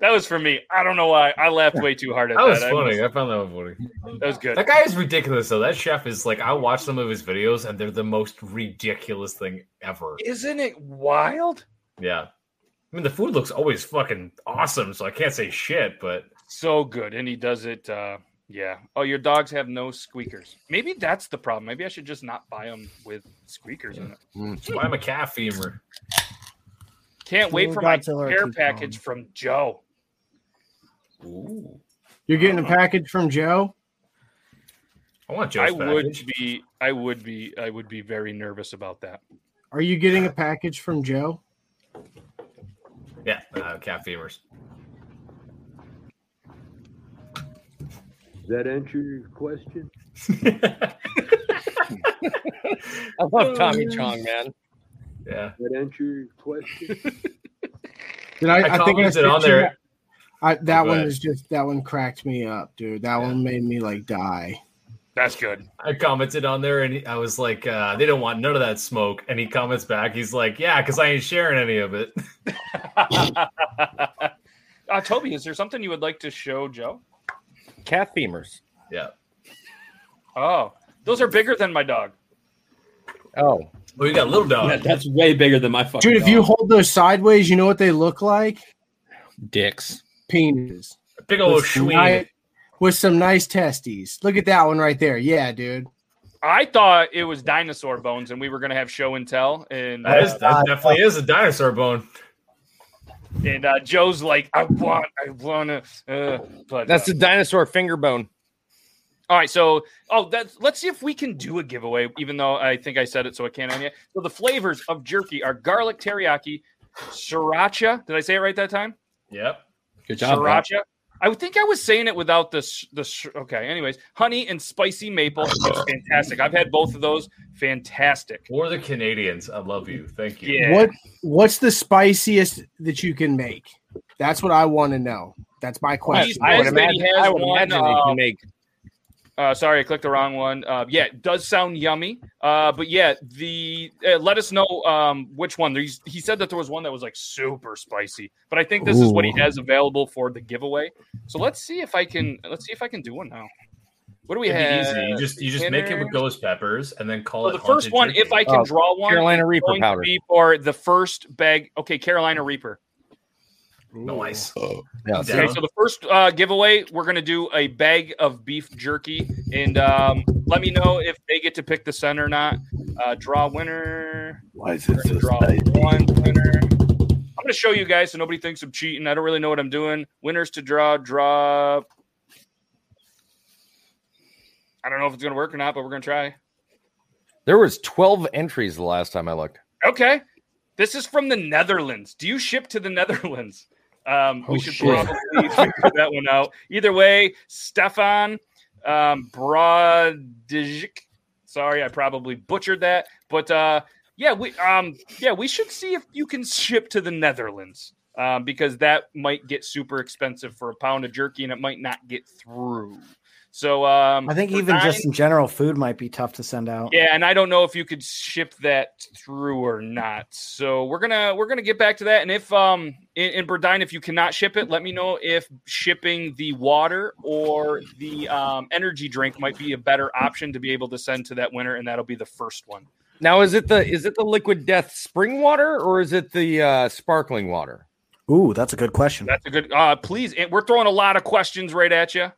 S6: that was for me. I don't know why I laughed way too hard at
S1: That
S6: that.
S1: was
S6: I
S1: funny.
S6: must-
S1: I found that one funny.
S6: That was good.
S1: That guy is ridiculous though. That chef is like I watch some of his videos and they're the most ridiculous thing ever.
S6: Isn't it wild?
S1: Yeah. I mean the food looks always fucking awesome, so I can't say shit, but
S6: So good, and he does it. uh Yeah. Oh, your dogs have no squeakers. Maybe that's the problem. Maybe I should just not buy them with squeakers in it.
S1: why I'm a calf femur.
S6: Can't wait
S1: Little
S6: for my
S1: Godzilla
S6: care
S1: keeps
S6: package from Joe.
S1: Ooh.
S4: You're getting
S6: Uh-huh.
S4: a package from Joe.
S1: I want
S6: I
S1: Joe's
S6: would
S1: package.
S6: be. I would be. I would be very nervous about that.
S4: Are you getting a package from Joe?
S1: Yeah, uh, calf femurs.
S20: Does that answer your question?
S3: I love Tommy
S5: Mm.
S3: Chong, man.
S1: Yeah.
S20: Does that answer your question?
S4: Did I?
S20: I
S4: I, think I
S20: commented on
S4: sent you
S20: there.
S4: that- I, that
S20: Go
S4: one
S20: ahead.
S4: is just that one cracked me up, dude. That one made me like die.
S6: That's good.
S1: I commented on there and he- I was like, uh, they don't want none of that smoke. And he comments back, he's like, Yeah, because I ain't sharing any of it.
S6: Uh, Toby, is there something you would like to show Joe?
S3: Calf femurs.
S1: Yeah.
S6: Oh, those are bigger than my dog.
S3: Oh.
S1: Well, you got little dog.
S2: Yeah, that's way bigger than my fucking
S4: Dude, if
S2: dog.
S4: you hold those sideways, you know what they look like?
S2: dicks.
S4: Penis.
S1: Big ol'
S4: With some
S1: Swede.
S4: ni- with some nice testes. Look at that one right there. Yeah, dude.
S6: I thought it was dinosaur bones, and we were gonna have show and tell. And
S1: That is that
S6: uh,
S1: definitely is a dinosaur bone.
S6: and uh, Joe's like, I want, I wanna. Uh, but
S3: That's
S6: uh,
S3: the dinosaur finger bone.
S6: all right. So, oh, that's let's see if we can do a giveaway, even though I think I said it, so I can't on you. So the flavors of jerky are garlic teriyaki, sriracha. Did I say it right that time?
S1: Yep.
S2: Good
S6: sriracha. I would think I was saying it without the sh- the sh- okay. Anyways, honey and spicy maple. That's fantastic. I've had both of those. Fantastic.
S1: Or the Canadians. I love you. Thank you.
S4: What what's the spiciest that you can make? That's what I want to know. That's my question.
S6: I would imagine,
S3: I would imagine they can
S6: make. Uh, sorry, I clicked the wrong one. Uh, yeah, it does sound yummy. Uh, but yeah, the uh, let us know um, which one. There's, he said that there was one that was like super spicy, but I think this is what he
S3: Ooh.
S6: has available for the giveaway. So let's see if I can let's see if I can do one now. What do we
S1: It'd be
S6: have?
S1: easy. You just you just make it with ghost peppers and then call
S6: Well,
S1: it
S6: the first
S1: haunted
S6: one, if
S1: chicken.
S6: I can draw one,
S3: Carolina
S6: it's
S3: Reaper
S6: going to
S3: powder.
S6: be for the first bag. Okay, Carolina Reaper.
S1: Nice.
S3: Yeah,
S6: Okay, so the first uh, giveaway, we're gonna do a bag of beef jerky, and um, let me know if they get to pick the center or not. Uh, draw winner.
S19: Why is it
S6: We're gonna
S19: just
S6: draw one winner. I'm gonna show you guys so nobody thinks I'm cheating. I don't really know what I'm doing. Winners to draw, draw. I don't know if it's gonna work or not, but we're gonna try.
S3: There was 12 entries the last time I looked.
S6: Okay. This is from the Netherlands. Do you ship to the Netherlands? Um, we
S3: Oh,
S6: should
S3: shit.
S6: probably figure that one out. Either way, Stefan um, Brodjic. Sorry, I probably butchered that, but uh, yeah, we um, yeah we should see if you can ship to the Netherlands um, because that might get super expensive for a pound of jerky, and it might not get through. So um,
S5: I think
S6: for
S5: even just
S6: nine-
S5: in general, food might be tough to send out.
S6: yeah, and I don't know if you could ship that through or not. So we're gonna we're gonna get back to that. And if um in, in Berdine, if you cannot ship it, let me know if shipping the water or the um, energy drink might be a better option to be able to send to that winner, and that'll be the first one.
S3: Now is it the is it the liquid death spring water or is it the uh, sparkling water?
S5: Ooh, that's a good question.
S6: That's a good. Uh, please, and we're throwing a lot of questions right at you.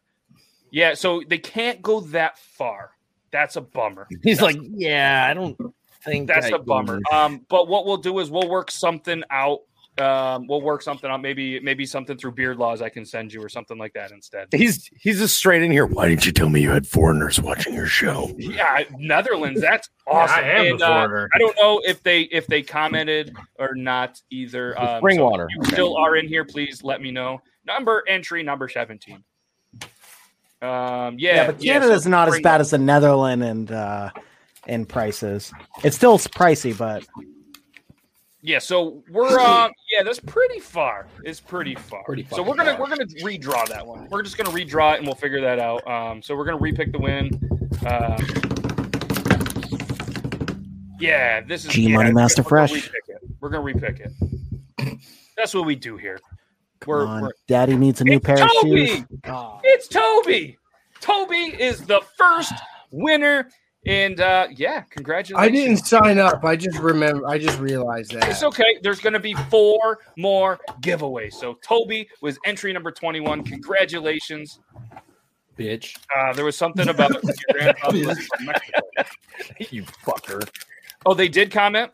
S6: Yeah, so they can't go that far. That's a bummer.
S3: He's
S6: That's-
S3: like, yeah, I don't think
S6: that's
S3: I
S6: a bummer.
S3: can-
S6: Um, but what we'll do is we'll work something out. Um, we'll work something out. Maybe maybe something through beard laws I can send you or something like that instead.
S3: He's he's just straight in here.
S19: Why didn't you tell me you had foreigners watching your
S6: Um,
S19: show?
S6: yeah, Netherlands. That's
S19: Yeah, I
S6: awesome.
S19: am a
S6: And, uh,
S19: foreigner.
S6: I don't know if they if they commented or not either. Um,
S3: spring
S6: so if
S3: water.
S6: you still are in here, please let me know. Number entry number seventeen. Um, yeah,
S5: Yeah, but
S6: yeah, so
S5: Canada's not as
S6: spring-
S5: bad as the Netherlands and uh, in prices. It's still pricey, but
S6: Yeah, so we're um yeah, that's pretty far. It's pretty far.
S5: Pretty
S6: so we're
S5: fucking
S6: gonna
S5: far.
S6: we're gonna redraw that one. We're just gonna redraw it and we'll figure that out. Um, so we're gonna repick the win. Um, yeah, this is
S5: G
S6: yeah,
S5: Money
S6: we're
S5: Master
S6: gonna- we're gonna
S5: Fresh.
S6: repick it. We're gonna repick it. That's what we do here.
S5: come on, Daddy needs a new pair of shoes.
S6: Toby! It's Toby. Toby is the first winner, and uh, yeah,
S4: I
S6: congratulations.
S4: didn't sign up. I just remember. I just realized
S6: It's
S4: that.
S6: okay. There's going to be four more giveaways. So Toby was entry number 21. Congratulations.
S2: bitch.
S6: Uh, there was something about your grandfather was from Mexico.
S3: You fucker.
S6: Oh, they did comment.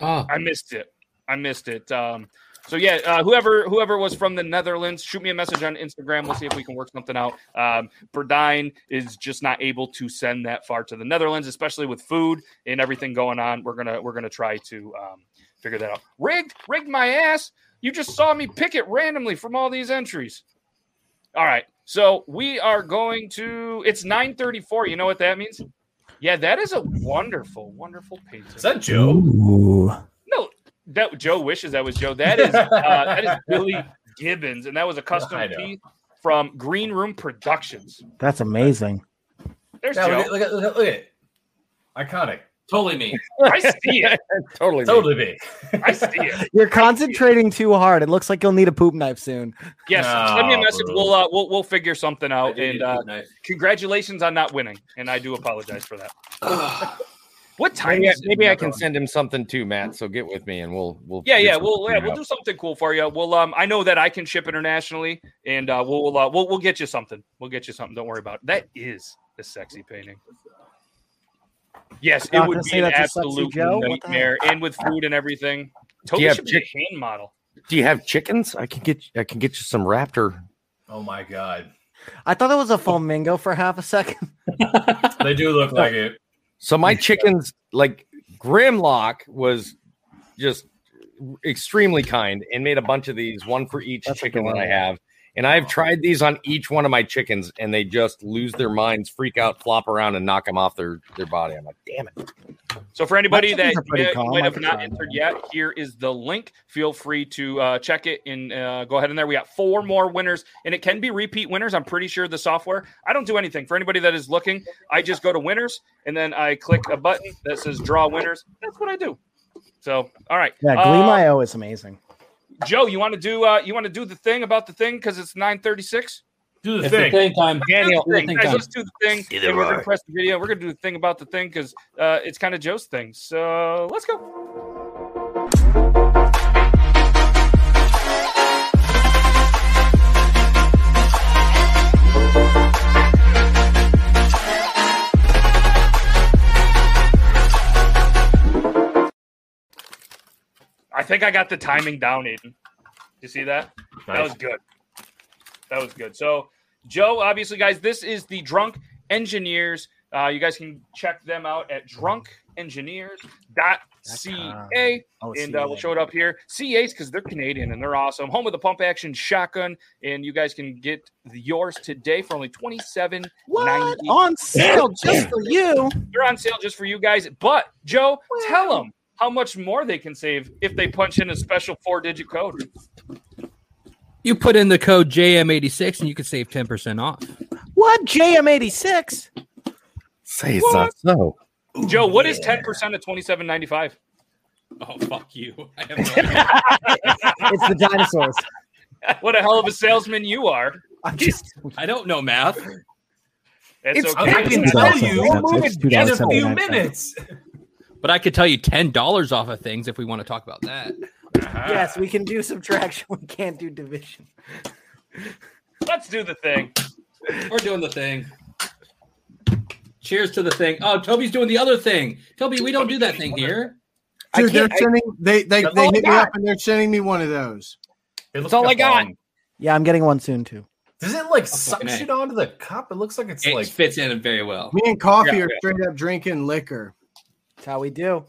S2: Oh.
S6: I missed it. I missed it. Um, so yeah, uh, whoever whoever was from the Netherlands, shoot me a message on Instagram. We'll see if we can work something out. Um, Berdine is just not able to send that far to the Netherlands, especially with food and everything going on. We're gonna we're gonna try to um, figure that out. Rigged, rigged my ass. You just saw me pick it randomly from all these entries. All right, so we are going to. It's nine thirty four. You know what that means? Yeah, that is a wonderful, wonderful painting.
S1: Is that Joe?
S6: No, that Joe wishes that was Joe. That is uh, that is Billy Gibbons, and that was a custom
S1: I know.
S6: piece from Green Room Productions.
S5: That's amazing.
S6: There's
S1: Yeah,
S6: Joe.
S1: look, at- look, at- look, at- look at it. Iconic. Totally me.
S6: I see it.
S3: totally.
S1: Totally me.
S6: I see it.
S5: You're concentrating too hard. It looks like you'll need a poop knife soon.
S6: Yes, send me a
S1: Nah,
S6: message.
S1: bro.
S6: We'll uh, we'll we'll figure something out.
S1: do need
S6: And
S1: a
S6: uh,
S1: good night.
S6: congratulations on not winning. And I do apologize for that. what time?
S3: Maybe, I,
S6: is it?
S3: maybe I can send him something too, Matt. So get with me and we'll we'll
S6: Yeah,
S3: get
S6: yeah,
S3: something
S6: we'll yeah,
S3: figured
S6: we'll
S3: out.
S6: do something cool for you. We'll um, I know that I can ship internationally, and uh, we'll we'll, uh, we'll we'll get you something. We'll get you something. Don't worry about it. That is a sexy painting. Yes, it
S5: Not
S6: would
S5: gonna
S6: be
S5: say
S6: an
S5: that's a sexy
S6: absolute
S5: Joe? What the
S6: nightmare, and with food and everything. Toby
S3: have
S6: should be a hand model.
S3: Do you have chickens? I can get I can get you some raptor.
S1: Oh my god.
S5: I thought it was a flamingo for half a second.
S1: They do look like it.
S3: So my chickens, like Grimlock, was just extremely kind and made a bunch of these, one for each chicken that I have. And I've tried these on each one of my chickens, and they just lose their minds, freak out, flop around, and knock them off their, their body. I'm like, damn it.
S6: So for anybody
S3: chickens
S6: that
S3: are pretty
S6: uh,
S3: calm.
S6: might
S3: I
S6: have
S3: can
S6: not
S3: try
S6: entered yet, here is the link. Feel free to uh, check it and uh, go ahead in there. We got four more winners, and it can be repeat winners. I'm pretty sure the software. I don't do anything for anybody that is looking. I just go to winners and then I click a button that says draw winners. That's what I do. So all right,
S5: Yeah,
S6: Uh,
S5: Gleam.io is amazing.
S6: Joe, you want to do uh, you want to do the thing about the thing because it's nine thirty six.
S1: Do the
S2: It's
S1: thing.
S2: the thing time.
S6: Daniel,
S2: Do the thing
S6: guys,
S2: time.
S6: let's do the thing.
S2: Either
S6: and we're
S2: way.
S6: gonna press the video. We're gonna do the thing about the thing because uh, it's kind of Joe's thing. So let's go. I think I got the timing down, Aiden. You see that? That
S21: Nice.
S6: was good. That was good. So, Joe, obviously, guys, this is the Drunk Engineers. Uh, you guys can check them out at drunkengineers.ca.
S5: Oh,
S6: and uh, we'll show it up here. CAs, because they're Canadian and they're awesome. Home of the pump action shotgun. And you guys can get yours today for only twenty seven ninety
S5: On sale just for you.
S6: they're on sale just for you guys. But Joe, tell them how much more they can save if they punch in a special four-digit code.
S2: You put in the code JM86 and you can save 10% off.
S5: What JM86?
S2: Say
S6: it's not
S2: so.
S6: Joe, what is ten percent of twenty-seven ninety-five?
S2: Oh fuck you!
S5: it's the dinosaurs.
S6: What a hell of a salesman you are!
S5: I'm just.
S2: I don't know math.
S6: It's,
S2: It's
S6: okay.
S2: I can
S6: It's
S2: tell
S6: not-
S2: you.
S6: We'll
S2: It's
S6: move it in a few
S2: $2.79.
S6: minutes.
S2: But I could tell you ten dollars off of things if we want to talk about that.
S5: Uh-huh. Yes, we can do subtraction. We can't do division.
S6: Let's do the thing.
S2: We're doing the thing. Cheers to the thing. Oh, Toby's doing the other thing. Toby, we don't do that thing here.
S4: Dude, they're sending they they,
S2: That's
S4: they
S2: all I
S4: hit me
S2: got.
S4: up and they're sending me one of those.
S1: That's
S5: all I got. Yeah, I'm getting one soon too.
S1: Does it like
S2: fucking
S1: suction onto the cup? It looks like it's
S2: It
S1: like
S2: fits in very well.
S4: Me and coffee
S1: Yeah,
S4: are
S1: yeah.
S4: straight up drinking liquor.
S5: That's how we do.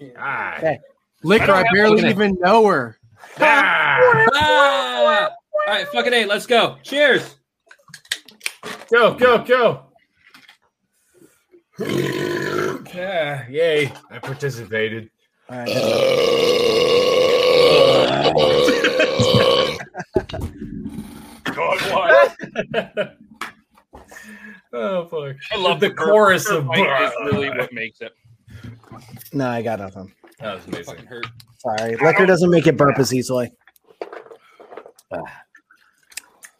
S1: ah,
S5: Okay.
S4: Liquor, I, barely even know her.
S2: Ah! All right, fucking A, let's go. Cheers.
S1: Go, go, go. yeah, yay. I participated.
S5: All right.
S1: oh fuck.
S6: I love
S1: the, chorus of
S6: is really what makes it.
S5: No, I got nothing.
S1: That was amazing.
S5: Sorry, liquor doesn't make it burp as easily.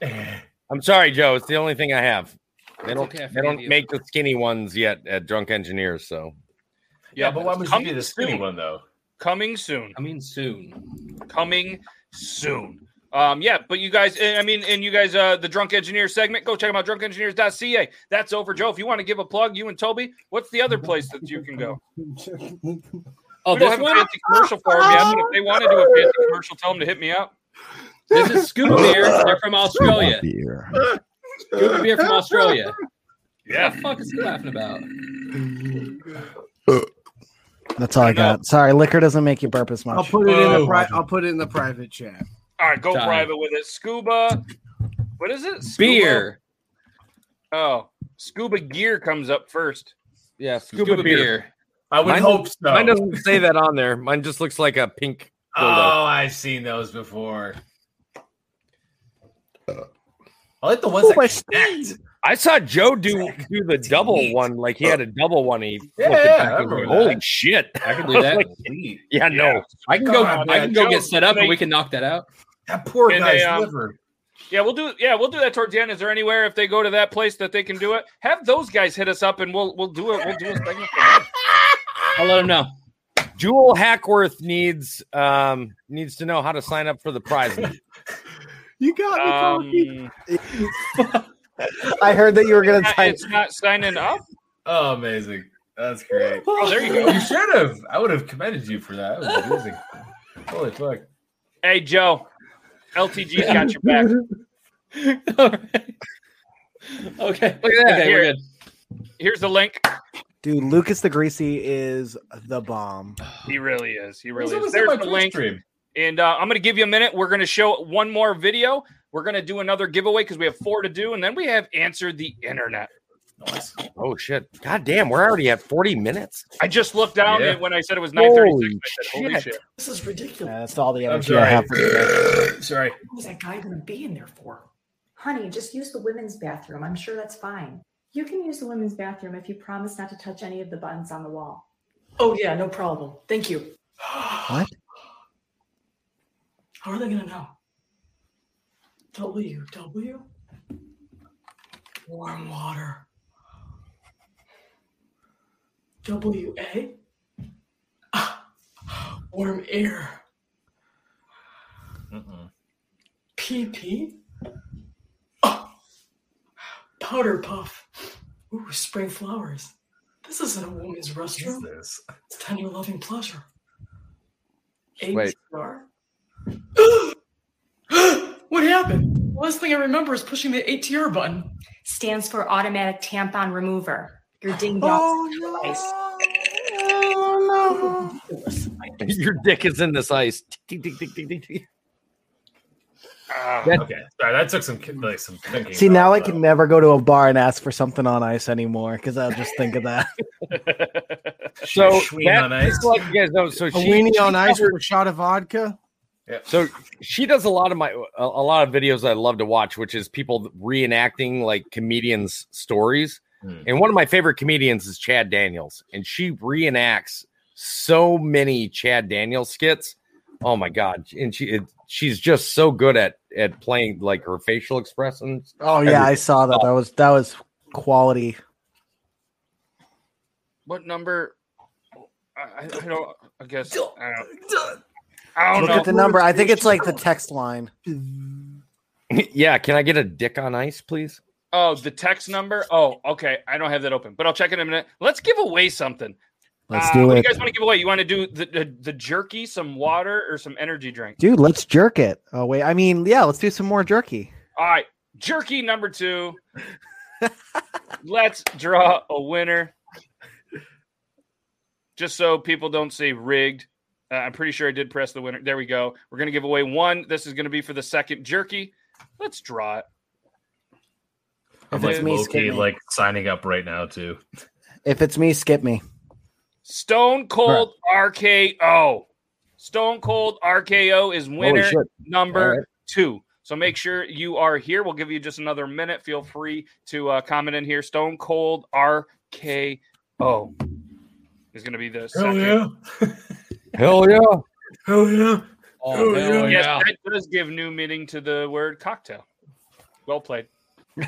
S3: I'm sorry, Joe. It's the only thing I have. They don't.
S6: okay, I
S3: they
S6: forgave
S3: don't
S6: you.
S3: make the skinny ones yet at Drunk Engineers. So
S6: Yeah, but why would you do the skinny
S1: one though?
S6: Coming soon.
S2: I mean soon.
S6: Coming soon. Um, yeah, but you guys, and- I mean, and you guys, uh, the Drunk Engineer segment, go check them out, drunkengineers.ca. That's over, Joe. If you want to give a plug, you and Toby, what's the other place that you can go?
S2: Oh,
S6: we don't
S2: this
S6: have
S2: one?
S6: a fancy commercial for them yet, but if they want to do a fancy commercial, tell them to hit me up.
S2: This is Scuba Beer. They're from Australia. Scuba Beer from Australia.
S6: Yeah.
S2: What the fuck is he laughing about?
S5: That's all I got. Sorry, liquor doesn't make you burp as much.
S4: I'll put it in the
S5: Oh.
S4: pri- I'll put it in the private chat.
S6: All right, go
S4: Time.
S6: private with it. Scuba, what is it? Scuba-
S2: Beer.
S6: Oh, scuba gear comes up first.
S3: Yeah,
S6: scuba Scuba beer. beer.
S1: I would
S3: Mine-
S1: hope so.
S3: Mine doesn't say that on there. Mine just looks like a pink. dildo.
S1: Oh, I've seen those before. I like the ones that connect.
S3: I saw Joe do do the double one, like he had a double one. He
S1: Yeah,
S3: flipped it
S1: yeah,
S3: back
S1: I
S3: and
S1: remember
S3: went, holy
S1: that.
S3: shit!
S2: I can do
S3: was
S2: that.
S3: yeah, no,
S2: I can go.
S3: God,
S2: I can
S3: man,
S2: go
S3: Joe,
S2: get set up,
S6: like-
S2: and we can knock that out.
S1: That poor
S6: And
S1: guy's
S6: they, um,
S1: liver.
S6: Yeah, we'll do. Yeah, we'll do that towards the end. Is there anywhere if they go to that place that they can do it? Have those guys hit us up, and we'll we'll do it. We'll do a segment. for them.
S2: I'll let him know.
S3: Jewel Hackworth needs um needs to know how to sign up for the prize.
S4: you got
S6: Um,
S5: I heard that you were gonna
S6: not-
S5: type.
S6: it's not signing up.
S1: Oh, amazing. That's great.
S6: Oh, there you go.
S1: You should have. I would have commended you for that. That was amazing. Holy fuck.
S6: Hey Joe, LTG's got your back.
S2: Okay.
S6: Look at that.
S2: Okay,
S6: Here,
S2: we're good.
S6: Here's the link.
S5: Dude, Lucas the Greasy is the bomb.
S6: He really is. He really is.
S1: almost in
S6: There's
S1: my
S6: the
S1: Twitch
S6: link.
S1: stream.
S6: And uh, I'm going to give you a minute. We're going to show one more video. We're going to do another giveaway because we have four to do, and then we have answered the internet.
S3: oh shit! God damn, we're already at forty minutes.
S6: I just looked down
S3: Yeah.
S6: and when I said it was 9:36.
S3: Holy
S6: I said, Holy shit.
S11: This is ridiculous.
S5: Yeah, that's all the
S1: I'm
S5: energy I
S1: sorry.
S5: have for today.
S1: sorry.
S11: What was that guy going to be in there for? Honey, just use the women's bathroom. I'm sure that's fine.
S22: You can use the women's bathroom if you promise not to touch any of the buttons on the wall.
S11: Oh, yeah, no problem. Thank you.
S5: What?
S11: How are they going to know? W, W? Warm water. W-A? Ah, warm air.
S1: Mm-mm.
S11: P-P? Oh, powder puff. Ooh, spring flowers. This isn't a woman's restroom. It's tender loving pleasure. Eight
S3: Wait.
S11: star. what happened? The last thing I remember is pushing the ATR button.
S22: Stands for automatic tampon remover. Your ding dong device.
S3: Your dick is in this ice. Tick, tick, tick, tick, tick, tick.
S1: Ah, okay, sorry, that took some like some thinking.
S5: See, now I can never go to a bar and ask for something on ice anymore because I'll just think of that.
S3: So
S1: Schween
S3: that-
S1: on ice.
S3: just to let you guys know. So
S4: A
S3: she,
S4: weenie
S3: she
S4: on ice
S3: covered-
S4: with a shot of vodka.
S3: So she does a lot of my a, a lot of videos I love to watch, which is people reenacting like comedians' stories. And one of my favorite comedians is Chad Daniels, and she reenacts so many Chad Daniels skits. Oh my god! And she it, she's just so good at at playing like her facial expressions.
S5: Oh yeah, I saw that. That was that was quality.
S6: What number? I, I I don't. I guess. I don't, I don't
S5: Look
S6: know.
S5: at the number. I think it's like the text line.
S3: yeah, can I get a dick on ice, please?
S6: Oh, the text number. Oh, okay. I don't have that open, but I'll check it in a minute. Let's give away something. Uh,
S5: Let's do it.
S6: what you guys want to give away? You want to do the, the the jerky, some water, or some energy drink?
S5: Dude, let's jerk it. Oh wait, I mean, yeah, let's do some more jerky.
S6: All right, jerky number two. Let's draw a winner. Just so people don't say rigged. Uh, I'm pretty sure I did press the winner. There we go. We're gonna give away one. This is gonna be for the second jerky. Let's draw it.
S1: I'm
S5: If
S1: like
S5: it's me,
S1: low-key,
S5: skip me.
S1: like signing up right now too.
S5: If it's me, skip me.
S6: Stone Cold RKO. Stone Cold RKO is winner
S5: shit.
S6: number
S5: All right.
S6: two. So make sure you are here. We'll give you just another minute. Feel free to uh, comment in here. Stone Cold RKO is going to be the second.
S3: Hell yeah!
S1: Hell yeah!
S2: Oh, hell
S6: yes,
S2: yeah.
S6: that does give new meaning to the word cocktail. Well played.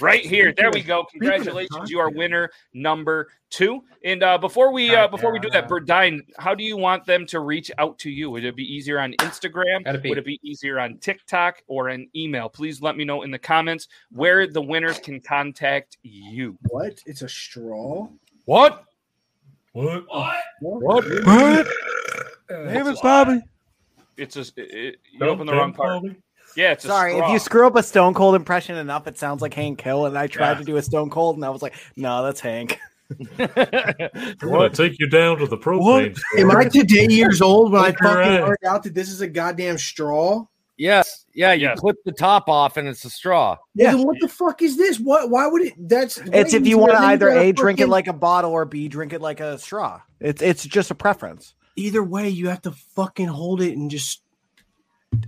S6: right here. There we go. Congratulations, you are winner number two. And uh, before we uh, before we do that, Berdine, how do you want them to reach out to you? Would it be easier on Instagram? Would it be easier on TikTok or an email? Please let me know in the comments where the winners can contact you.
S4: What? It's a straw.
S3: What?
S1: What?
S3: What?
S1: What?
S5: Name is Bobby.
S6: It's just it, it- you
S1: Don't-
S6: open the
S1: don't
S6: wrong part.
S1: call me.
S6: Yeah, it's a
S5: Sorry, if
S6: straw.
S5: you screw up a Stone Cold impression enough, it sounds like Hank Hill, and I tried to do a Stone Cold, and I was like, no, that's Hank.
S1: I'm gonna take you down to the propane. store.
S4: Am I today years old when I
S1: Poke your
S4: fucking
S1: eye.
S4: learned out that this is a goddamn straw?
S3: Yes, yeah. You clip the top off, and it's a straw.
S4: Yeah. then what the fuck is this? What? Why would it? That's
S5: It's if
S4: way
S5: you want to
S4: easier. Then
S5: either
S4: gotta
S5: A, drink it
S4: fucking-
S5: like a bottle, or B, drink it like a straw. It's it's just a preference.
S4: Either way, you have to fucking hold it and just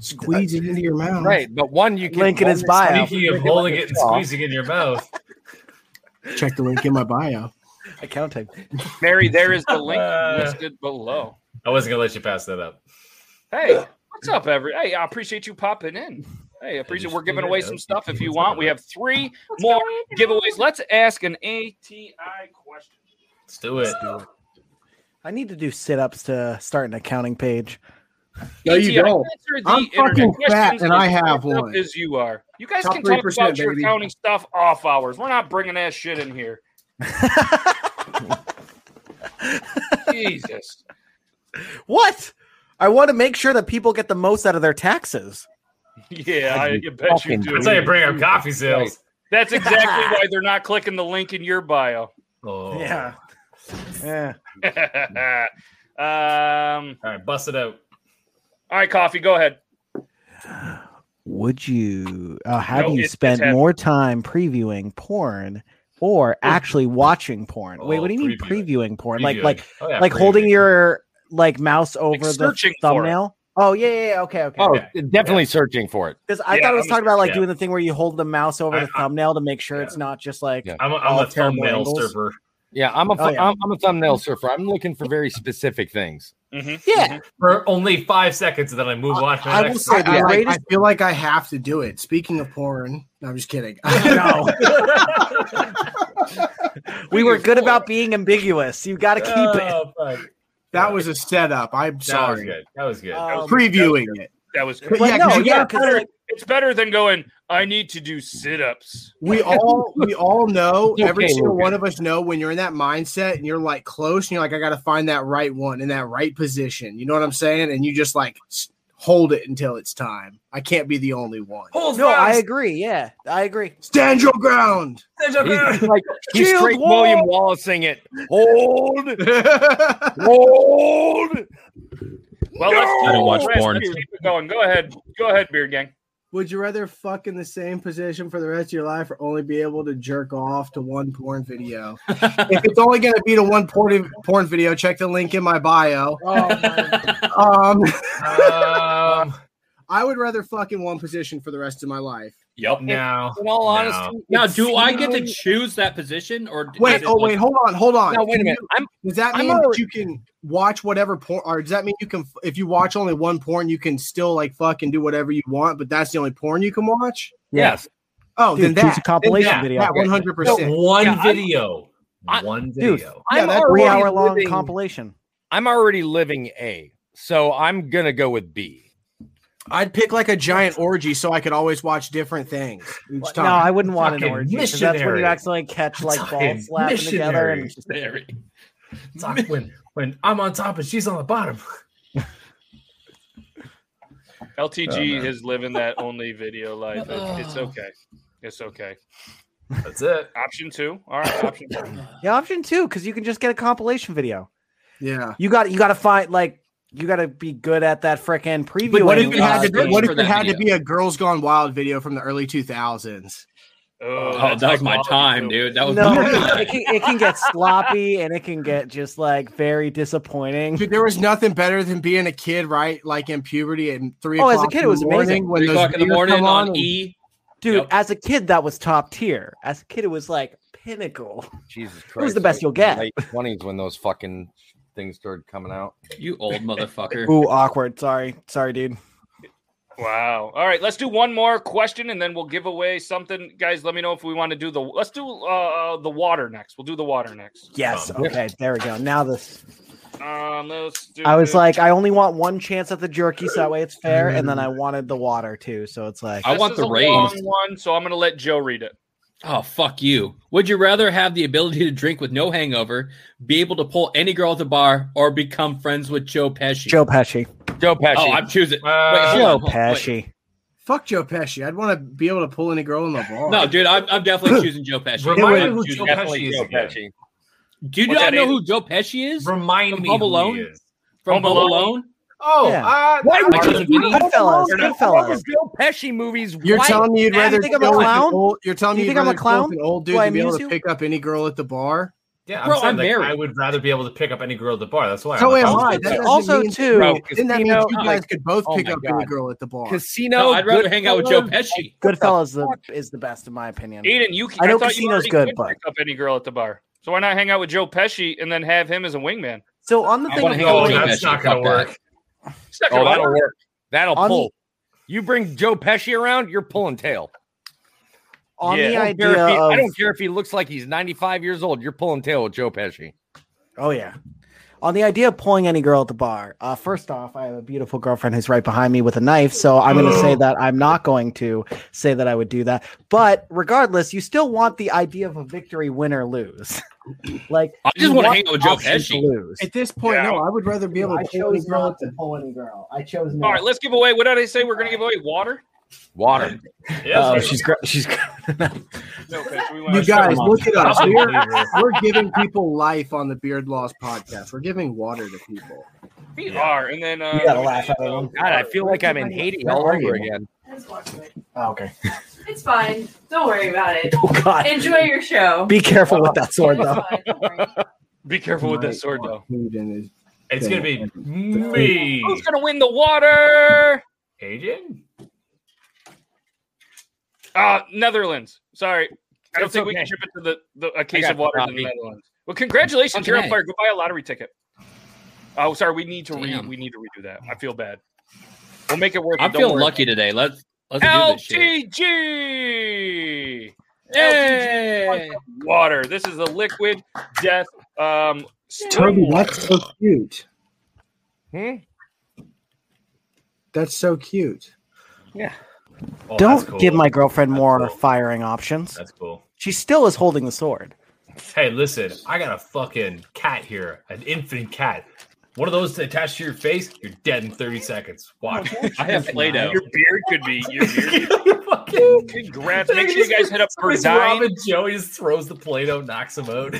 S4: squeeze it into your mouth.
S3: Right, but one you can
S5: Link in his bio.
S1: Speaking of holding it and squeezing it in your mouth,
S4: Check the link in my bio.
S5: Accounting.
S6: Mary, there is the link
S1: Uh.
S6: listed below.
S1: I wasn't gonna let you pass that up.
S6: Hey, what's up, every? Hey, I appreciate you popping in. Hey, I appreciate. We're giving away some stuff if you want. We have three more giveaways. Let's ask an ATI question.
S1: Let's do it.
S5: I need to do sit ups to start an accounting page.
S4: No, you
S6: ATI,
S4: don't.
S6: answer the
S4: I'm
S6: internet
S4: fucking fat
S6: questions
S4: and I
S6: as
S4: have
S6: fucked up
S4: one.
S6: As you are, you guys
S4: Top
S6: can talk
S4: 3%,
S6: about your
S4: baby.
S6: accounting stuff off hours. We're not bringing that shit in here. Jesus,
S5: What? I want to make sure that people get the most out of their taxes.
S6: yeah, I you bet you
S5: Fucking
S6: do.
S1: That's how you bring up coffee sales.
S6: That's exactly why they're not clicking the link in your bio.
S1: Oh,
S5: Yeah. Yeah.
S6: um,
S1: All right, bust it out.
S6: all right, coffee. Go ahead.
S5: Would you uh, have
S6: No,
S5: you
S6: it's- it's
S5: spent
S6: happening.
S5: more time previewing porn or actually watching porn? Wait,
S1: Oh,
S5: what do you mean previewing porn? Like
S1: Previewing.
S5: like
S1: Oh, yeah,
S5: like holding
S1: previewing.
S5: your like mouse over the
S6: searching for it.
S5: thumbnail? Oh yeah, yeah, yeah, okay, okay.
S3: Oh, definitely searching for it.
S5: Because I
S1: Yeah,
S5: thought it was
S1: I'm-
S5: talking about like
S1: yeah.
S5: doing the thing where you hold the mouse over
S1: I-
S5: the
S1: I-
S5: thumbnail to make sure it's not just like
S3: Yeah.
S1: I'm a,
S5: all
S1: I'm a
S5: terrible
S1: thumbnail
S5: angles.
S1: surfer.
S3: Yeah, I'm a
S5: Oh, yeah.
S3: am a thumbnail surfer. I'm looking for very specific things.
S5: Yeah.
S1: for only five seconds, and then I move on. To the
S4: I will
S1: next
S4: say
S1: one.
S4: that I, I feel like I have to do it. Speaking of porn, no, I'm just kidding. no,
S5: We were good about being ambiguous. You got to keep it.
S1: Oh, fuck.
S4: that was a setup. I'm
S1: That was
S4: sorry.
S1: good. That was good.
S5: Um,
S4: Previewing it.
S6: That was
S4: But yeah, 'cause
S5: no,
S4: you
S5: yeah,
S4: gotta
S5: 'cause,
S4: better-
S5: like,
S6: It's better than going. I need to do sit-ups.
S4: We all we all know
S3: It's
S4: every
S3: okay,
S4: single
S3: Logan.
S4: one of us know when you're in that mindset and you're like close and you're like I got to find that right one in that right position. You know what I'm saying? And you just like s- hold it until it's time. I can't be the only one.
S1: Hold
S5: no, I
S1: fast.
S5: agree. Yeah, I agree.
S4: Stand your ground.
S3: He's like he's
S5: Shield
S3: straight
S5: wall.
S3: William Wallaceing it. Hold, hold.
S6: Well, let's do
S23: I don't watch
S6: let's
S23: porn.
S6: Keep it going. Go ahead. Go ahead, Beard Gang.
S4: Would you rather fuck in the same position for the rest of your life or only be able to jerk off to one porn video? if it's only going to be to one porn, porn video, check the link in my bio. Um,
S1: Um,
S4: I would rather fuck in one position for the rest of my life.
S2: Yep.
S1: no.
S3: In all
S1: No.
S3: honesty,
S2: Now,
S3: it's
S2: do I get to
S3: seemingly-
S2: choose that position or
S4: Wait,
S2: is it
S4: oh,
S2: like-
S4: wait, hold on, hold on.
S3: Now wait a minute. I'm
S4: Does that
S3: I'm
S4: mean that
S3: already-
S4: you can watch whatever porn, or does that mean you can, if you watch only one porn, you can still like fuck and do whatever you want, but that's the only porn you can watch?
S3: yes.
S4: Oh,
S5: Dude,
S4: then that.
S5: choose a compilation
S4: then that,
S5: video.
S4: That 100%.
S1: One
S3: Yeah, I-
S1: video.
S3: I-
S1: one
S5: Dude.
S1: video.
S3: I'm
S4: that's
S3: already
S5: Three hour long
S3: living-
S5: compilation.
S3: I'm already living A, so I'm gonna go with B.
S4: I'd pick like a giant orgy so I could always watch different things each
S5: No,
S4: time.
S5: I wouldn't want an
S1: Fucking
S5: orgy 'cause that's when
S1: missionary.
S5: you accidentally catch like
S1: Fucking
S5: balls slapping together.
S1: missionary.
S5: And it's just-
S2: Very-
S1: It's like when when I'm on top and she's on the bottom.
S2: Oh,
S6: LTG is living that only video life. It- it's okay. It's okay.
S1: That's it.
S6: Option two. All right. Option two.
S5: yeah, option two because you can just get a compilation video.
S4: yeah.
S5: You got you got to find like you got to be good at that frickin' preview.
S4: But what if
S5: and,
S4: it
S5: uh,
S4: had to be,
S5: thing.
S4: what if
S2: for
S4: it
S2: that
S4: had to
S2: video.
S4: be a Girls Gone Wild video from the early 2000s?
S6: Oh,
S2: Oh, that was my time, dude. That was
S5: no,
S2: my
S5: it can, it can get sloppy and it can get just like very disappointing.
S4: Dude, there was nothing better than being a kid, right? Like in puberty at three
S5: Oh,
S4: o'clock
S5: as a kid,
S4: in
S5: it was
S4: the morning
S5: amazing.
S4: When
S2: Three
S4: those
S2: o'clock in the
S4: videos
S2: morning
S4: come on
S2: on
S4: and-
S2: E.
S5: Dude,
S2: Yep.
S5: as a kid, that was top tier. As a kid, it was like pinnacle.
S3: Jesus Christ.
S5: was the best you'll get.
S3: Late twenties when those fucking things started coming out.
S2: You old motherfucker.
S5: Ooh, awkward. Sorry, sorry, dude.
S6: Wow. All right, let's do one more question and then we'll give away something. Guys, let me know if we want to do the let's do uh the water next. We'll do the water next.
S5: Yes.
S1: Um,
S5: Okay. There we go. Now this.
S6: Um let's do
S5: I was
S6: the-
S5: like, I only want one chance at the jerky, so that way it's fair. And then I wanted the water too, so it's like.
S2: I
S6: this
S2: want
S6: is
S2: the
S6: a
S2: raise.
S6: long one, so I'm gonna let Joe read it.
S2: Oh, fuck you. Would you rather have the ability to drink with no hangover, be able to pull any girl at the bar, or become friends with Joe Pesci?
S5: Joe Pesci.
S3: Joe Pesci.
S2: Oh, I'm choosing.
S6: Uh,
S2: hold
S5: Joe
S2: on, hold on, wait.
S5: Pesci.
S4: Fuck Joe Pesci. I'd want to be able to pull any girl in the bar.
S2: No, dude, I'm, I'm definitely choosing Joe Pesci.
S1: Remind me
S2: I'm
S1: who
S2: choosing-
S1: Joe Pesci is.
S3: Joe
S1: again.
S3: Pesci.
S2: Do you
S6: What's
S2: not
S6: that
S2: know
S6: is?
S2: who Joe Pesci is?
S1: Remind
S2: From
S1: me
S2: Home
S1: who
S2: Alone?
S1: he is.
S6: Home
S2: From Home
S6: Alone?
S2: Alone?
S1: Oh,
S5: Yeah.
S1: uh,
S3: Why would
S1: I-
S3: you
S2: Martin
S3: do
S2: Vinny?
S5: Goodfellas,
S3: You're not
S5: Goodfellas.
S3: all the Joe Pesci movies.
S4: You're
S3: right?
S4: telling me you'd
S5: Do you
S4: rather
S5: think I'm a
S4: chill with an
S5: clown?
S4: Old, you're telling
S5: Do
S4: me
S5: you
S4: you'd
S5: think I'm a
S4: rather chill
S5: clown?
S4: with an old
S5: Do
S4: dude
S5: I
S4: to be able
S5: amuse
S4: to
S5: you?
S4: pick up any girl at the bar.
S1: yeah,
S2: Bro,
S1: I'm, saying,
S2: I'm
S1: like,
S2: married.
S1: I would rather be able to pick up any girl at the bar. That's why.
S4: So
S1: I'm
S4: am
S1: like,
S4: I.
S1: oh,
S4: That doesn't
S5: Also,
S4: mean-
S5: too.
S3: Bro,
S4: Then that
S3: Casino-
S4: means you guys could both
S3: Oh
S4: pick
S3: my
S4: up any
S3: God.
S4: girl at the bar.
S3: Casino.
S2: No, I'd rather hang out with Joe
S3: Goodfellas.
S2: Pesci.
S5: Goodfellas the, is the best in my opinion.
S6: Aiden, you can
S5: I know
S6: thought you
S5: Casino's
S6: already
S5: good,
S6: could
S5: but-
S6: pick up any girl at the bar. So why not hang out with Joe Pesci and then have him as a wingman?
S5: So on the
S2: I
S5: thing,
S2: wanna
S5: of
S2: hang out
S1: no,
S2: with
S5: pulling-
S2: Joe
S1: Oh, that's
S2: Pesci.
S1: not gonna
S2: Fuck that.
S1: work.
S6: It's not
S3: Oh,
S6: gonna
S3: that'll
S6: work.
S3: work. That'll
S5: On the-
S3: pull. You bring Joe Pesci around, you're pulling tail.
S5: on
S6: Yeah.
S5: the
S3: I don't, care
S5: idea
S3: if he,
S5: of,
S3: I don't care if he looks like he's 95 years old. You're pulling tail with Joe Pesci.
S5: oh yeah, on the idea of pulling any girl at the bar. Uh, first off, I have a beautiful girlfriend who's right behind me with a knife, so I'm going to say that I'm not going to say that I would do that. But regardless, you still want the idea of a victory, win or lose. like
S2: I just
S5: you
S2: wanna
S5: want
S2: hang out with
S5: the
S2: Joe
S5: option
S2: Pesci.
S5: lose.
S4: At this point,
S6: Yeah.
S4: no, I would rather be able
S5: I
S4: to pull any
S5: chose
S4: girl
S5: not
S4: at
S5: to
S4: the
S5: pull any girl. I chose not.
S6: All right, let's give away. What did I say? We're gonna give away water.
S3: Water.
S1: Yeah,
S2: Um,
S5: Oh,
S1: that's
S5: she's gra- she's gra-
S6: No, 'cause we
S4: You
S6: wanna-
S4: guys, look at us.
S1: right.
S4: We're, we're giving people life on the Beard Laws podcast. We're giving water to people.
S6: we
S1: Yeah.
S6: are, and then uh,
S5: you gotta laugh at Oh, him.
S3: God, I feel like I'm in Haiti all
S5: Where are you?
S3: over again.
S7: I was watching it.
S5: Oh, okay.
S7: It's fine. Don't worry about it.
S5: Oh God.
S7: Enjoy your show.
S5: Be careful with that sword,
S7: It's
S5: though.
S7: fine, don't worry.
S6: Be careful with that sword, though.
S4: Food in his-
S1: it's gonna be me,
S6: Who's gonna win the water?
S1: Agent.
S6: Uh Netherlands. Sorry, I don't
S3: It's
S6: think we
S3: okay.
S6: can ship it to the, the a
S3: I
S6: case
S3: got
S6: of water
S3: the
S6: to the
S3: copy.
S6: Netherlands. Well, congratulations,
S2: Fucking
S6: you're
S2: A.
S6: on fire. Go buy a lottery ticket. Oh, sorry. We need to re- we need to redo that. I feel bad. We'll make it work.
S2: I'm feeling lucky today. Let's let's do this shit.
S6: LTG. Hey! Water. This is a liquid death. Um,
S4: Toby, that's so cute.
S6: Hmm?
S4: That's so cute.
S6: Yeah.
S1: Oh, that's
S5: Don't
S1: cool.
S5: give my girlfriend more firing options.
S1: That's cool.
S5: She still is holding the sword.
S1: Hey, listen, I got a fucking cat here, an infant cat. One of those attached to your face, you're dead in 30 seconds. Watch.
S2: I have Play-Doh.
S6: Your beard could be. Your beard could be Congrats. Make sure you guys hit up
S1: Somebody's
S6: Burdine.
S1: Robin Joey just throws the Play-Doh, knocks him out.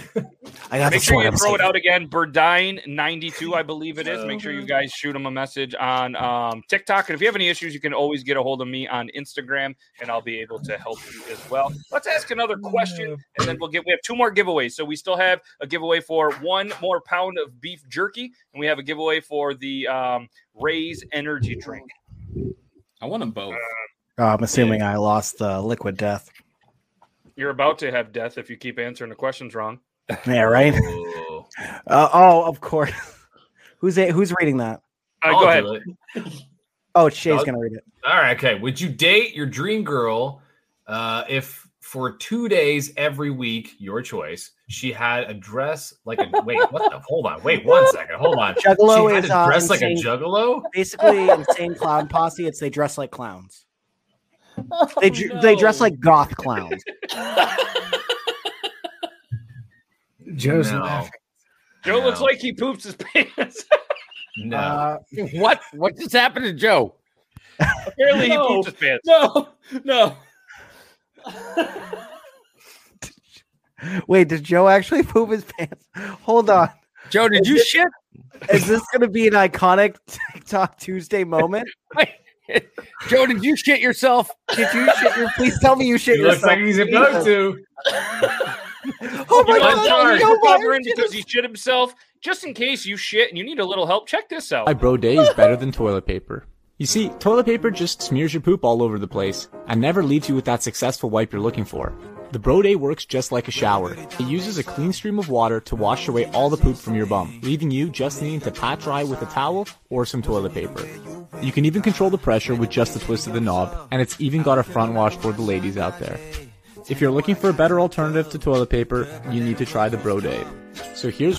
S5: I got the
S6: Make sure
S5: sword.
S6: you
S5: I'm
S6: throw it
S5: safe.
S6: out again. Burdine 92, I believe it is. Make sure you guys shoot him a message on um, TikTok. And if you have any issues, you can always get a hold of me on Instagram and I'll be able to help you as well. Let's ask another question and then we'll get, we have two more giveaways. So we still have a giveaway for one more pound of beef jerky and we have a giveaway for the um, Raise energy drink.
S2: I want them both.
S5: Uh, I'm assuming I lost the liquid death.
S6: You're about to have death if you keep answering the questions wrong.
S5: Yeah, right. Uh, oh, of course. who's a, who's reading that?
S6: Uh, go ahead.
S5: Oh, Shay's
S1: Doug?
S5: gonna read it.
S1: All right, okay. Would you date your dream girl uh, if for two days every week, your choice, she had a dress like a wait, what the hold on, wait one second, hold on.
S5: Juggalo
S1: she had
S5: is,
S1: a
S5: uh,
S1: dress like a
S5: insane-
S1: juggalo?
S5: Basically, insane clown posse. It's they dress like clowns. They dr- they dress like goth clowns.
S4: Joe's
S1: No.
S4: laughing.
S6: Joe
S1: No.
S6: looks like he poops his pants.
S1: No.
S4: Uh,
S3: What? What just happened to Joe?
S6: Apparently,
S2: No.
S6: he poops his pants.
S2: No, no.
S5: Wait, did Joe actually poop his pants? Hold on.
S3: Joe, did you shit?
S5: Is this gonna be an iconic TikTok Tuesday moment?
S3: Joe, did you shit yourself?
S5: Did you shit your? Please tell me you shit
S1: He looks
S5: yourself.
S1: like he's about to.
S5: Oh my
S6: You
S5: god! that's
S6: know, Joe, he's
S5: so weird.
S6: recovering because he shit himself. Just in case you shit and you need a little help, check this out.
S12: Why Bro Day is better than toilet paper. You see, toilet paper just smears your poop all over the place and never leaves you with that successful wipe you're looking for. The Bro Day works just like a shower. It uses a clean stream of water to wash away all the poop from your bum, leaving you just needing to pat dry with a towel or some toilet paper. You can even control the pressure with just a twist of the knob, and it's even got a front wash for the ladies out there. If you're looking for a better alternative to toilet paper, you need to try the Bro Day. So here's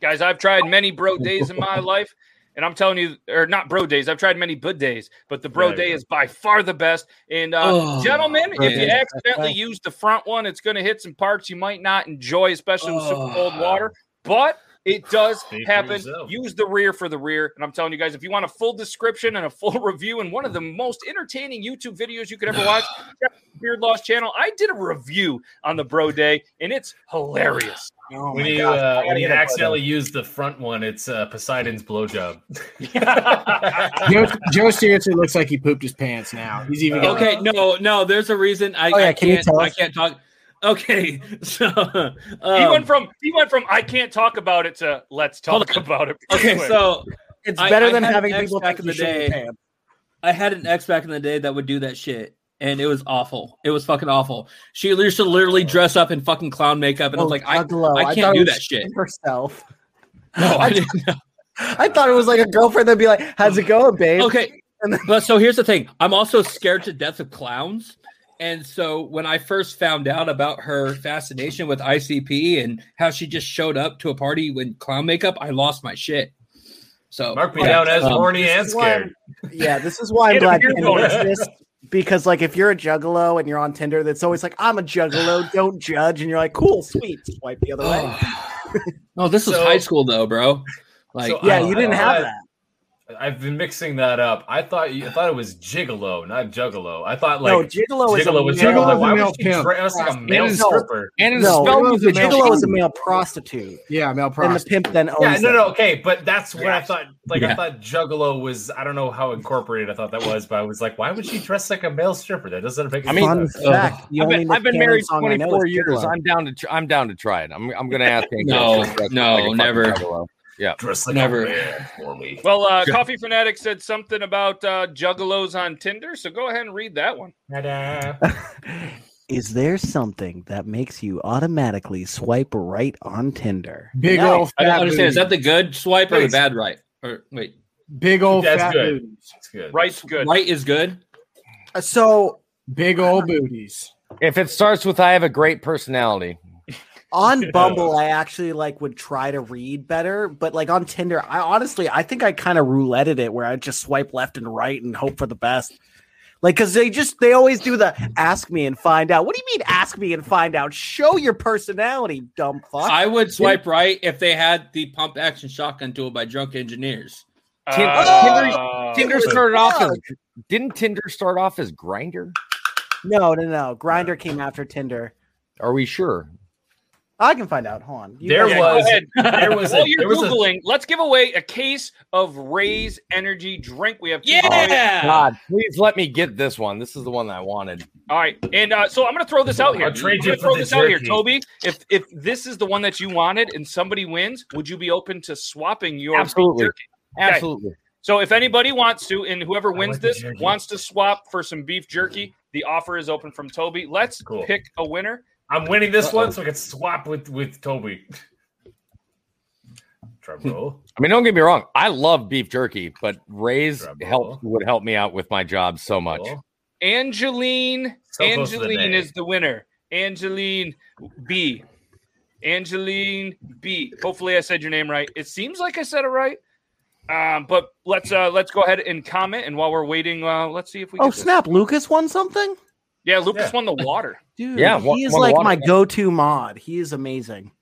S6: Guys, I've tried many bro days in my life, and I'm telling you, or not bro days, I've tried many bud days, but the bro
S2: Right.
S6: day is by far the best. And uh,
S2: Oh,
S6: gentlemen,
S2: bro
S6: if you
S2: days.
S6: accidentally use the front one, it's going to hit some parts you might not enjoy, especially with super cold water, but it does
S1: for
S6: happen.
S1: yourself.
S6: Use the rear for the rear. And I'm telling you guys, if you want a full description and a full review and one of the most entertaining YouTube videos you could ever watch, check out the Beard Loss channel. I did a review on the bro day, and it's hilarious.
S4: Oh
S1: when
S4: my
S1: you
S4: God.
S1: uh,
S4: I
S1: when
S4: gotta
S1: you
S4: get a photo.
S1: accidentally use the front one, it's uh, Poseidon's blowjob.
S4: Joe, Joe seriously looks like he pooped his pants now. He's even getting-
S2: Okay, no, no. There's a reason I,
S4: Oh, yeah,
S2: I
S4: can you
S2: can't.
S4: tell
S2: I
S4: us?
S2: can't talk. Okay, so
S6: he
S2: um,
S6: went from he went from I can't talk about it to let's
S2: Hold
S6: talk about it. pretty
S2: okay,
S6: quick.
S2: so
S5: It's
S2: I-
S5: better
S2: I
S5: than
S2: had an
S5: having
S2: ex
S5: people
S2: back
S5: think
S2: in
S5: you
S2: the
S5: shit your
S2: day.
S5: pants.
S2: I had an ex back in the day that would do that shit, and it was awful. It was fucking awful. She used to literally dress up in fucking clown
S4: Oh,
S2: makeup, and I was like, I,
S5: Juggalo.
S2: I
S5: thought
S2: can't
S5: it
S2: do
S5: was
S2: that shit.
S5: herself.
S2: No, I didn't.
S5: I thought it was like a girlfriend that'd be like, "How's it going, babe?"
S2: Okay, but so here's the thing: I'm also scared to death of clowns, and so when I first found out about her fascination with ICP and how she just showed up to a party in clown makeup, I lost my shit. So
S1: Mark me
S2: yeah,
S1: down as
S2: um,
S1: horny and
S5: is why
S1: scared.
S5: Yeah, this is why I'm
S6: Get a
S5: glad
S6: beer
S5: Tinder
S6: bonus.
S5: exists, because like if you're a juggalo and you're on Tinder, that's always like, "I'm a juggalo, don't judge," and you're like, "Cool, sweet." Swipe the other
S2: Oh,
S5: way.
S2: No, this was
S1: So-
S2: high school though, bro. Like,
S1: So I-
S5: Yeah, you didn't
S1: I
S5: have
S1: thought- I've been mixing that up. I thought you, I thought it was gigolo, not juggalo. I thought like
S5: No, gigolo is a
S1: gigolo was
S5: male-
S1: juggalo. Why
S4: Gigolo is a
S1: was she
S4: male
S1: dre- I was like a
S5: pimp.
S1: male
S5: No.
S1: stripper.
S3: And
S5: that.
S3: it's
S5: No,
S3: spelled with
S5: a
S3: a male
S5: gigolo is a
S3: G.
S5: male prostitute,
S4: yeah, male
S5: and the
S4: prostitute.
S5: pimp then
S1: Yeah,
S5: owns
S1: no,
S5: it.
S1: no, okay, but that's what I thought. Like I
S2: Yeah.
S1: thought juggalo was. I don't know how incorporated I thought that was, but I was like, why would she dress like a male stripper? That doesn't make.
S3: I
S1: any
S3: mean, uh,
S1: sense.
S5: Fun fact: the
S3: I've
S5: only
S3: been, I've been
S5: Nick Cannon
S3: married
S5: song I know is
S3: 24 years.
S5: Gigolo.
S3: I'm down to tr- I'm down to try it. I'm I'm gonna ask. Hank
S2: No,
S3: if that's
S2: no,
S3: like a fucking
S2: never.
S3: juggalo. Yeah,
S1: dress like
S2: Never.
S1: a man for me.
S6: well, uh,
S3: Sure.
S6: Coffee Fanatic said something about uh, juggalos on Tinder, so go ahead and read that one.
S1: Ta-da.
S5: Is there something that makes you automatically swipe right on Tinder?
S4: Big
S2: No,
S4: old
S2: I don't
S4: fat
S2: understand. Is that the good swipe or the
S4: Please.
S2: bad right? Or wait,
S4: Big old
S2: That's
S4: fat
S2: good.
S4: booties.
S6: Right's good.
S2: Right is good.
S4: Uh, So big old booties.
S3: If it starts with I have a great personality,
S5: on Bumble, I actually like would try to read better, but like on Tinder, I honestly I think I kind of rouletted it where I just swipe left and right and hope for the best. Like, cause they just they always do the ask me and find out. What do you mean ask me and find out? Show your personality, dumb fuck.
S2: I would swipe right if they had the pump action shotgun tool by Drunk Engineers.
S6: Uh,
S3: Tin-
S2: Oh.
S3: Tinder, Tinder started off as didn't Tinder start off as Grinder?
S5: No, no, no. Grinder came after Tinder.
S3: Are we sure?
S5: I can find out. Hold on. You
S3: There
S5: guys-
S6: Yeah, go ahead.
S5: there was a-
S6: While you're
S5: there was a-
S6: googling, let's give away a case of Ray's Energy drink. We have two giveaways.
S3: God, please let me get this one. This is the one that I wanted.
S6: All right, and uh, so I'm going to throw this out here.
S3: I'll trade
S6: I'm
S3: you
S6: gonna
S3: for
S6: throw
S3: the
S6: this out here,
S3: jerky.
S6: Toby. If if this is the one that you wanted and somebody wins, would you be open to swapping your
S3: Absolutely.
S6: jerky? Okay.
S3: Absolutely.
S6: So if anybody wants to, and whoever wins
S3: like the
S6: this
S3: jerky.
S6: wants to swap for some beef jerky, the offer is open from Toby. Let's pick a winner.
S1: I'm winning this one, so I can swap with with Toby. Drum roll.
S3: I mean, don't get me wrong. I love beef jerky, but Ray's help would help me out with my job so much.
S6: Angeline.
S3: So close to the
S6: Angeline
S3: name.
S6: is the winner. Angeline B. Angeline B. Hopefully, I said your name right. It seems like I said it right. Um, but let's uh, let's go ahead and comment. And while we're waiting, uh, let's see if we.
S5: oh
S6: get this.
S5: snap! Lucas won something.
S6: Yeah, Lucas won the water.
S5: Dude,
S3: Yeah,
S5: he
S3: one-
S5: is
S3: one
S5: like
S3: water
S5: my
S3: can.
S5: go-to mod. He is amazing.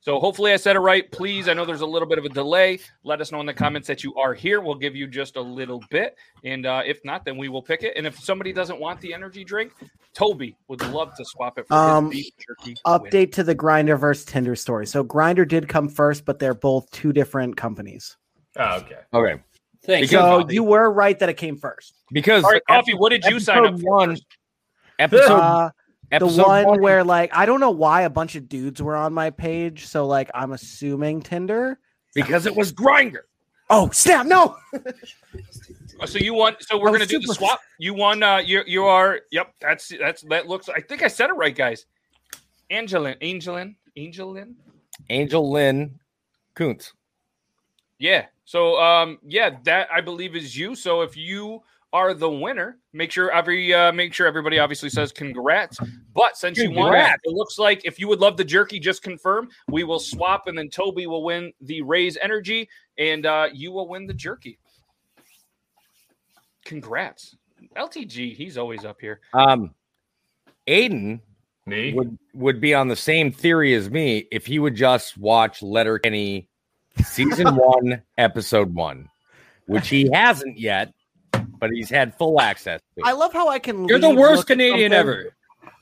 S6: So hopefully I said it right. Please, I know there's a little bit of a delay. Let us know in the comments that you are here. We'll give you just a little bit, and uh, if not, then we will pick it. And if somebody doesn't want the energy drink, Toby would love to swap it for
S5: Um,
S6: his beef jerky.
S5: update to the Grinder versus Tinder story. So Grinder did come first, but they're both two different companies.
S1: Oh, okay.
S3: Okay.
S5: Thanks.
S3: Because-
S5: So you were right that it came first.
S3: Because
S5: All right, Coffee,
S6: what did you sign
S3: episode
S6: up for
S3: One, episode,
S5: Uh, the
S3: episode
S5: one,
S3: one-
S5: where like I don't know why a bunch of dudes were on my page, so like I'm assuming Tinder.
S3: because it was grinder.
S5: Oh snap! No,
S6: So you won. So we're
S5: Oh,
S6: gonna do the
S5: super.
S6: swap. You won. Uh, you you are. Yep. That's that's that looks. I think I said it right, guys. Angelin, Angelin, Angelin.
S3: Angel Lynn Kuntz.
S6: Yeah. So um yeah, that I believe is you. So if you are the winner, make sure every uh, make sure everybody obviously says congrats. But since you won,
S3: Congrats.
S6: it looks like if you would love the jerky, just confirm. We will swap, and then Toby will win the Raise Energy, and uh, you will win the jerky. Congrats, LTG. He's always up here.
S3: Um, Aiden would would be on the same theory as me if he would just watch Letterkenny season one, episode one, which he hasn't yet, but he's had full access to.
S5: I love how I can.
S3: You're the
S5: leave,
S3: worst
S5: look at
S3: Canadian
S5: something.
S3: ever.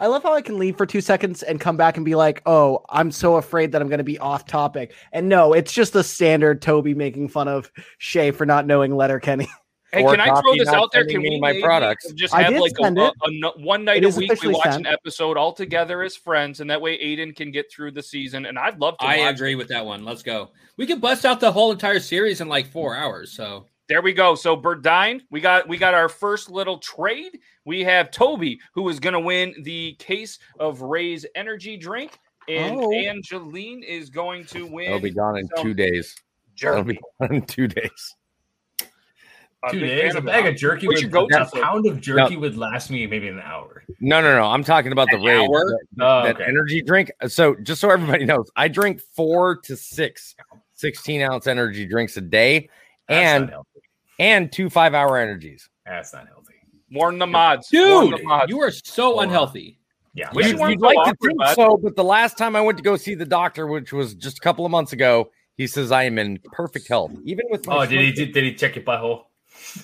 S5: I love how I can leave for two seconds and come back and be like, "Oh, I'm so afraid that I'm going to be off topic." And no, it's just the standard Toby making fun of Shay for not knowing Letterkenny.
S6: Hey,
S5: Or
S6: can I throw
S5: Coffee
S6: this
S5: not
S6: out there?
S5: sending
S6: Can
S5: me
S6: we
S5: my
S6: maybe
S5: products.
S6: just
S5: I
S6: have
S5: did
S6: like a,
S5: send
S6: a,
S5: it.
S6: a no- one night
S5: It
S6: a
S5: is
S6: week we
S5: officially
S6: watch
S5: sent.
S6: an episode all together as friends, and that way Aiden can get through the season. And I'd love to.
S2: I
S6: watch.
S2: agree with that one. Let's go. We could bust out the whole entire series in like four
S6: Mm-hmm.
S2: hours. So
S6: There we go. So Berdine, we got we got our first little trade. We have Toby who is going to win the case of Ray's energy drink, and
S3: Oh.
S6: Angeline is going to win.
S3: It'll be gone in
S6: some
S3: two days.
S6: jerky.
S3: It'll be gone in two days.
S6: a
S1: Two
S6: big
S1: days.
S6: fan
S1: A bag of
S6: that.
S1: jerky.
S6: What's
S1: Would,
S6: your go-to
S1: a
S6: flavor?
S1: pound of jerky
S3: No.
S1: would last me maybe an hour.
S3: No, no, no. I'm talking about the
S1: An
S3: raid.
S1: hour?
S3: That,
S1: Oh,
S3: that
S1: okay.
S3: energy drink. So just so everybody knows, I drink four to six 16 ounce energy drinks a day and and two five hour energies.
S1: That's not healthy.
S6: Warn the mods,
S3: Dude,
S6: Warn the mods.
S2: you are so
S3: unhealthy.
S1: Yeah,
S6: Wish you
S3: you, would
S6: weren't so
S3: like to
S6: awkward,
S3: think
S6: bud.
S3: so, but the last time I went to go see the doctor, which was just a couple of months ago, he says I am in perfect health, even with my
S1: Oh, did he
S3: smoking.
S1: did, did he check your butthole?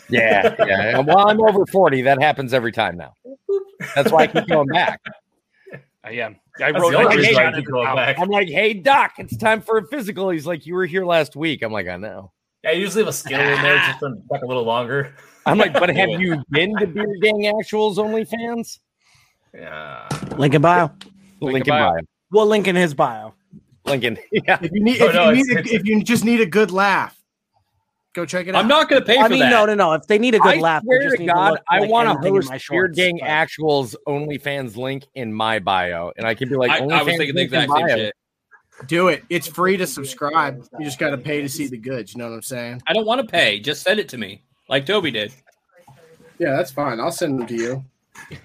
S3: Yeah, yeah. And while I'm over 40, that happens every time now. That's why I keep going back.
S6: I am. Uh, I
S3: That's
S6: wrote
S3: the only
S6: it
S3: reason
S6: down.
S3: I keep going back. I'm like, hey doc, it's time for a physical. He's like, you were here last week. I'm like, I know.
S1: Yeah, I usually have a skill in there just to check a little longer.
S3: I'm like, but have you been to Beer Gang Actuals OnlyFans?
S1: Yeah.
S5: Lincoln bio.
S3: Link in bio.
S5: Well, link in his bio.
S3: Lincoln. Yeah.
S5: If you need,
S4: If you, need a, if you just need a good laugh, Go check it out.
S2: I'm not going to pay
S4: I
S2: for
S4: mean,
S2: that.
S5: no, no, no. If they need a good
S3: I
S5: laugh, they
S3: swear
S5: just
S3: to
S5: need to
S3: God,
S5: look
S3: I
S5: like
S3: want to
S5: anything in
S3: host
S5: my
S3: Beard
S5: shorts,
S3: Gang
S5: but-
S3: Actuals OnlyFans link in my bio, and I can be like,
S2: I- I was
S3: OnlyFans
S2: thinking the
S3: link in
S2: exact same
S3: bio.
S2: shit.
S4: Do it. It's free to subscribe. You just got to pay to see the goods. You know what I'm saying?
S2: I don't want to pay. Just send it to me, like Toby did.
S4: Yeah, that's fine. I'll send them to you.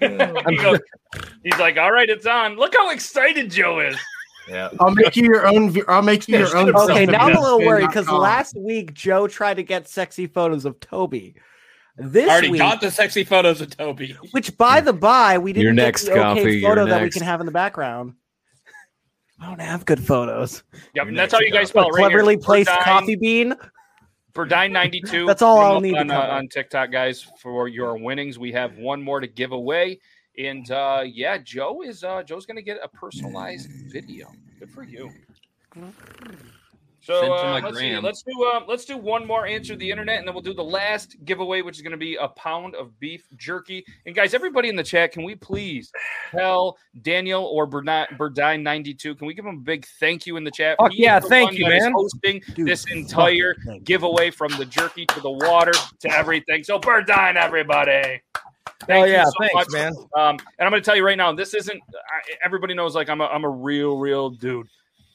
S6: He goes- he's like, all right, it's on. Look how excited Joe is.
S1: Yeah.
S4: I'll make you your own. vi- I'll make you your own.
S5: Okay, now I'm a little worried because
S4: Spin.com.
S5: last week Joe tried to get sexy photos of Toby. This
S2: I already
S5: week,
S2: got the sexy photos of Toby.
S5: which by the by, we didn't
S2: You're
S5: get
S2: next,
S5: the okay
S2: Coffee, you're
S5: photo that we
S2: next.
S5: can have in the background. I don't have good photos.
S6: Yep, and that's how you guys
S5: A
S6: spell it. Right
S5: cleverly
S6: here.
S5: placed
S6: Burdine-
S5: coffee bean.
S6: Burdine 92.
S5: That's all
S6: Hit
S5: I'll
S6: him up
S5: need to
S6: on, uh,
S5: cover.
S6: on TikTok, guys, for your winnings. We have one more to give away. And uh, yeah, Joe is uh, Joe's gonna get a personalized video. Good for you. So
S2: Send to
S6: uh,
S2: my
S6: let's, see.
S2: gram.
S6: let's do uh, let's do one more answer to the internet, and then we'll do the last giveaway, which is going to be a pound of beef jerky. And guys, everybody in the chat, can we please tell Daniel or Burdine ninety two? Can we give him a big thank you in the chat?
S3: Fuck
S6: He is
S3: yeah,
S6: the
S3: thank
S6: one
S3: you,
S6: that is
S3: man.
S6: Hosting this entire giveaway from the jerky to the water to everything. So Burdine, everybody. Thank
S5: Oh,
S3: Hell yeah,
S6: you so
S3: thanks,
S6: much,
S3: man.
S6: Um, and I'm going to tell you right now, this isn't. I, everybody knows, like I'm a, I'm a real, real dude.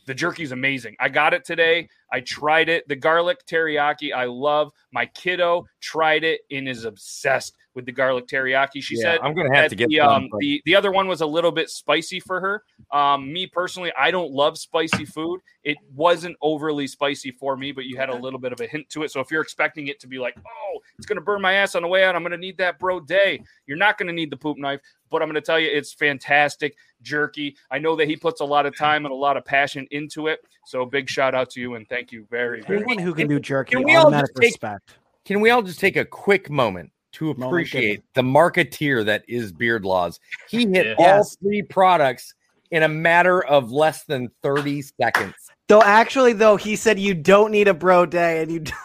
S6: The jerky's amazing. I got it today. I tried it. The garlic teriyaki, I love. My kiddo tried it and is obsessed with the garlic teriyaki. She
S3: Yeah,
S6: said,
S3: I'm gonna have
S6: that
S3: to get
S6: the,
S3: some,
S6: um,
S3: but-
S6: the the other one was a little bit spicy for her. Um, me personally, I don't love spicy food. It wasn't overly spicy for me, but you had a little bit of a hint to it. So if you're expecting it to be like, oh, it's gonna burn my ass on the way out, I'm gonna need that bro day. You're not gonna need the poop knife, but I'm gonna tell you it's fantastic jerky. I know that he puts a lot of time and a lot of passion into it. So big shout out to you and thank you very, very
S5: Anyone who can do jerky,
S3: Can we all
S5: automatic
S3: just take-
S5: respect.
S3: Can we all just take a quick moment to appreciate the marketeer that is Beard Laws? He hit all three products in a matter of less than 30 seconds.
S5: Though actually, though he said you don't need a bro day, and you don't.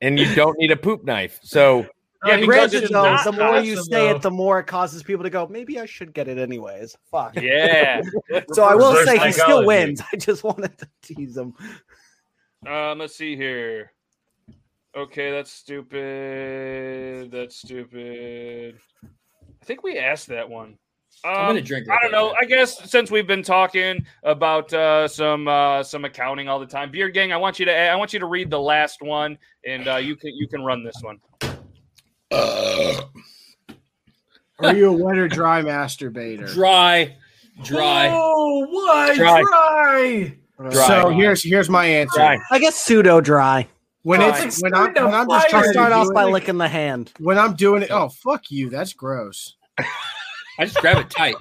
S3: And you don't need a poop knife. So
S6: Yeah, because
S5: Granted,
S6: it's
S5: though,
S6: not
S5: the more you
S6: awesome,
S5: say
S6: though.
S5: it, the more it causes people to go. Maybe I should get it anyways. Fuck.
S6: Yeah.
S5: so I will
S6: Reverse
S5: say he still
S6: psychology.
S5: wins. I just wanted to tease him.
S6: Um, let's see here. Okay, that's stupid. That's stupid. I think we asked that one. Um,
S2: I'm gonna drink
S6: I
S2: real
S6: don't know. I guess since we've been talking about uh, some uh, some accounting all the time, Beard Gang, I want you to I want you to read the last one, and uh, you can you can run this one.
S4: Are you a wet or dry masturbator?
S2: Dry, dry.
S21: Oh, why
S4: Dry.
S21: dry?
S4: So here's here's my answer.
S5: I guess pseudo dry.
S4: When it's when I'm, when I'm just trying to
S5: start off
S4: do
S5: by
S4: it,
S5: licking the hand.
S4: When I'm doing it, oh fuck you, that's gross.
S2: I just grab it tight.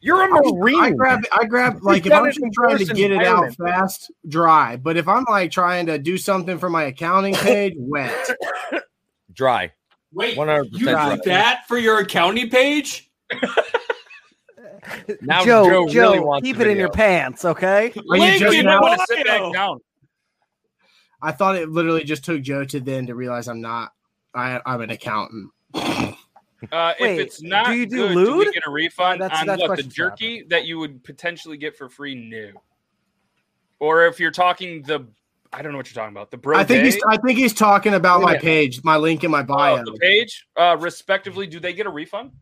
S3: You're a
S4: marine. I grab I grab like if
S2: got
S4: I'm
S2: it
S4: just
S2: in
S4: trying to
S2: person
S4: get it out
S2: environment.
S4: fast, dry. But if I'm like trying to do something for my accounting page, wet.
S3: dry.
S2: Wait,
S3: 100%
S2: You did that for your accounting page?
S3: Now Joe
S5: Joe,
S3: really
S5: Joe,
S3: wants
S5: keep
S3: the
S5: it in your
S3: video.
S5: pants, okay?
S4: Are you just now-
S6: want to sit back down.
S4: I thought it literally just took Joe to then to realize I'm not. I, I'm an accountant.
S6: Uh,
S4: Wait,
S6: if it's not
S4: do you do
S6: good, do we
S4: lewd?
S6: get a refund
S4: That's-
S6: on
S4: that's
S6: what the
S4: question for
S6: jerky that you would potentially get for free? No. Or if you're talking the, I don't know what you're talking about. The bro.
S4: I think
S6: day?
S4: he's. I think he's talking about
S6: Wait a
S4: my
S6: minute.
S4: page, my link in my bio.
S6: Oh, the page, uh, respectively, do they get a refund?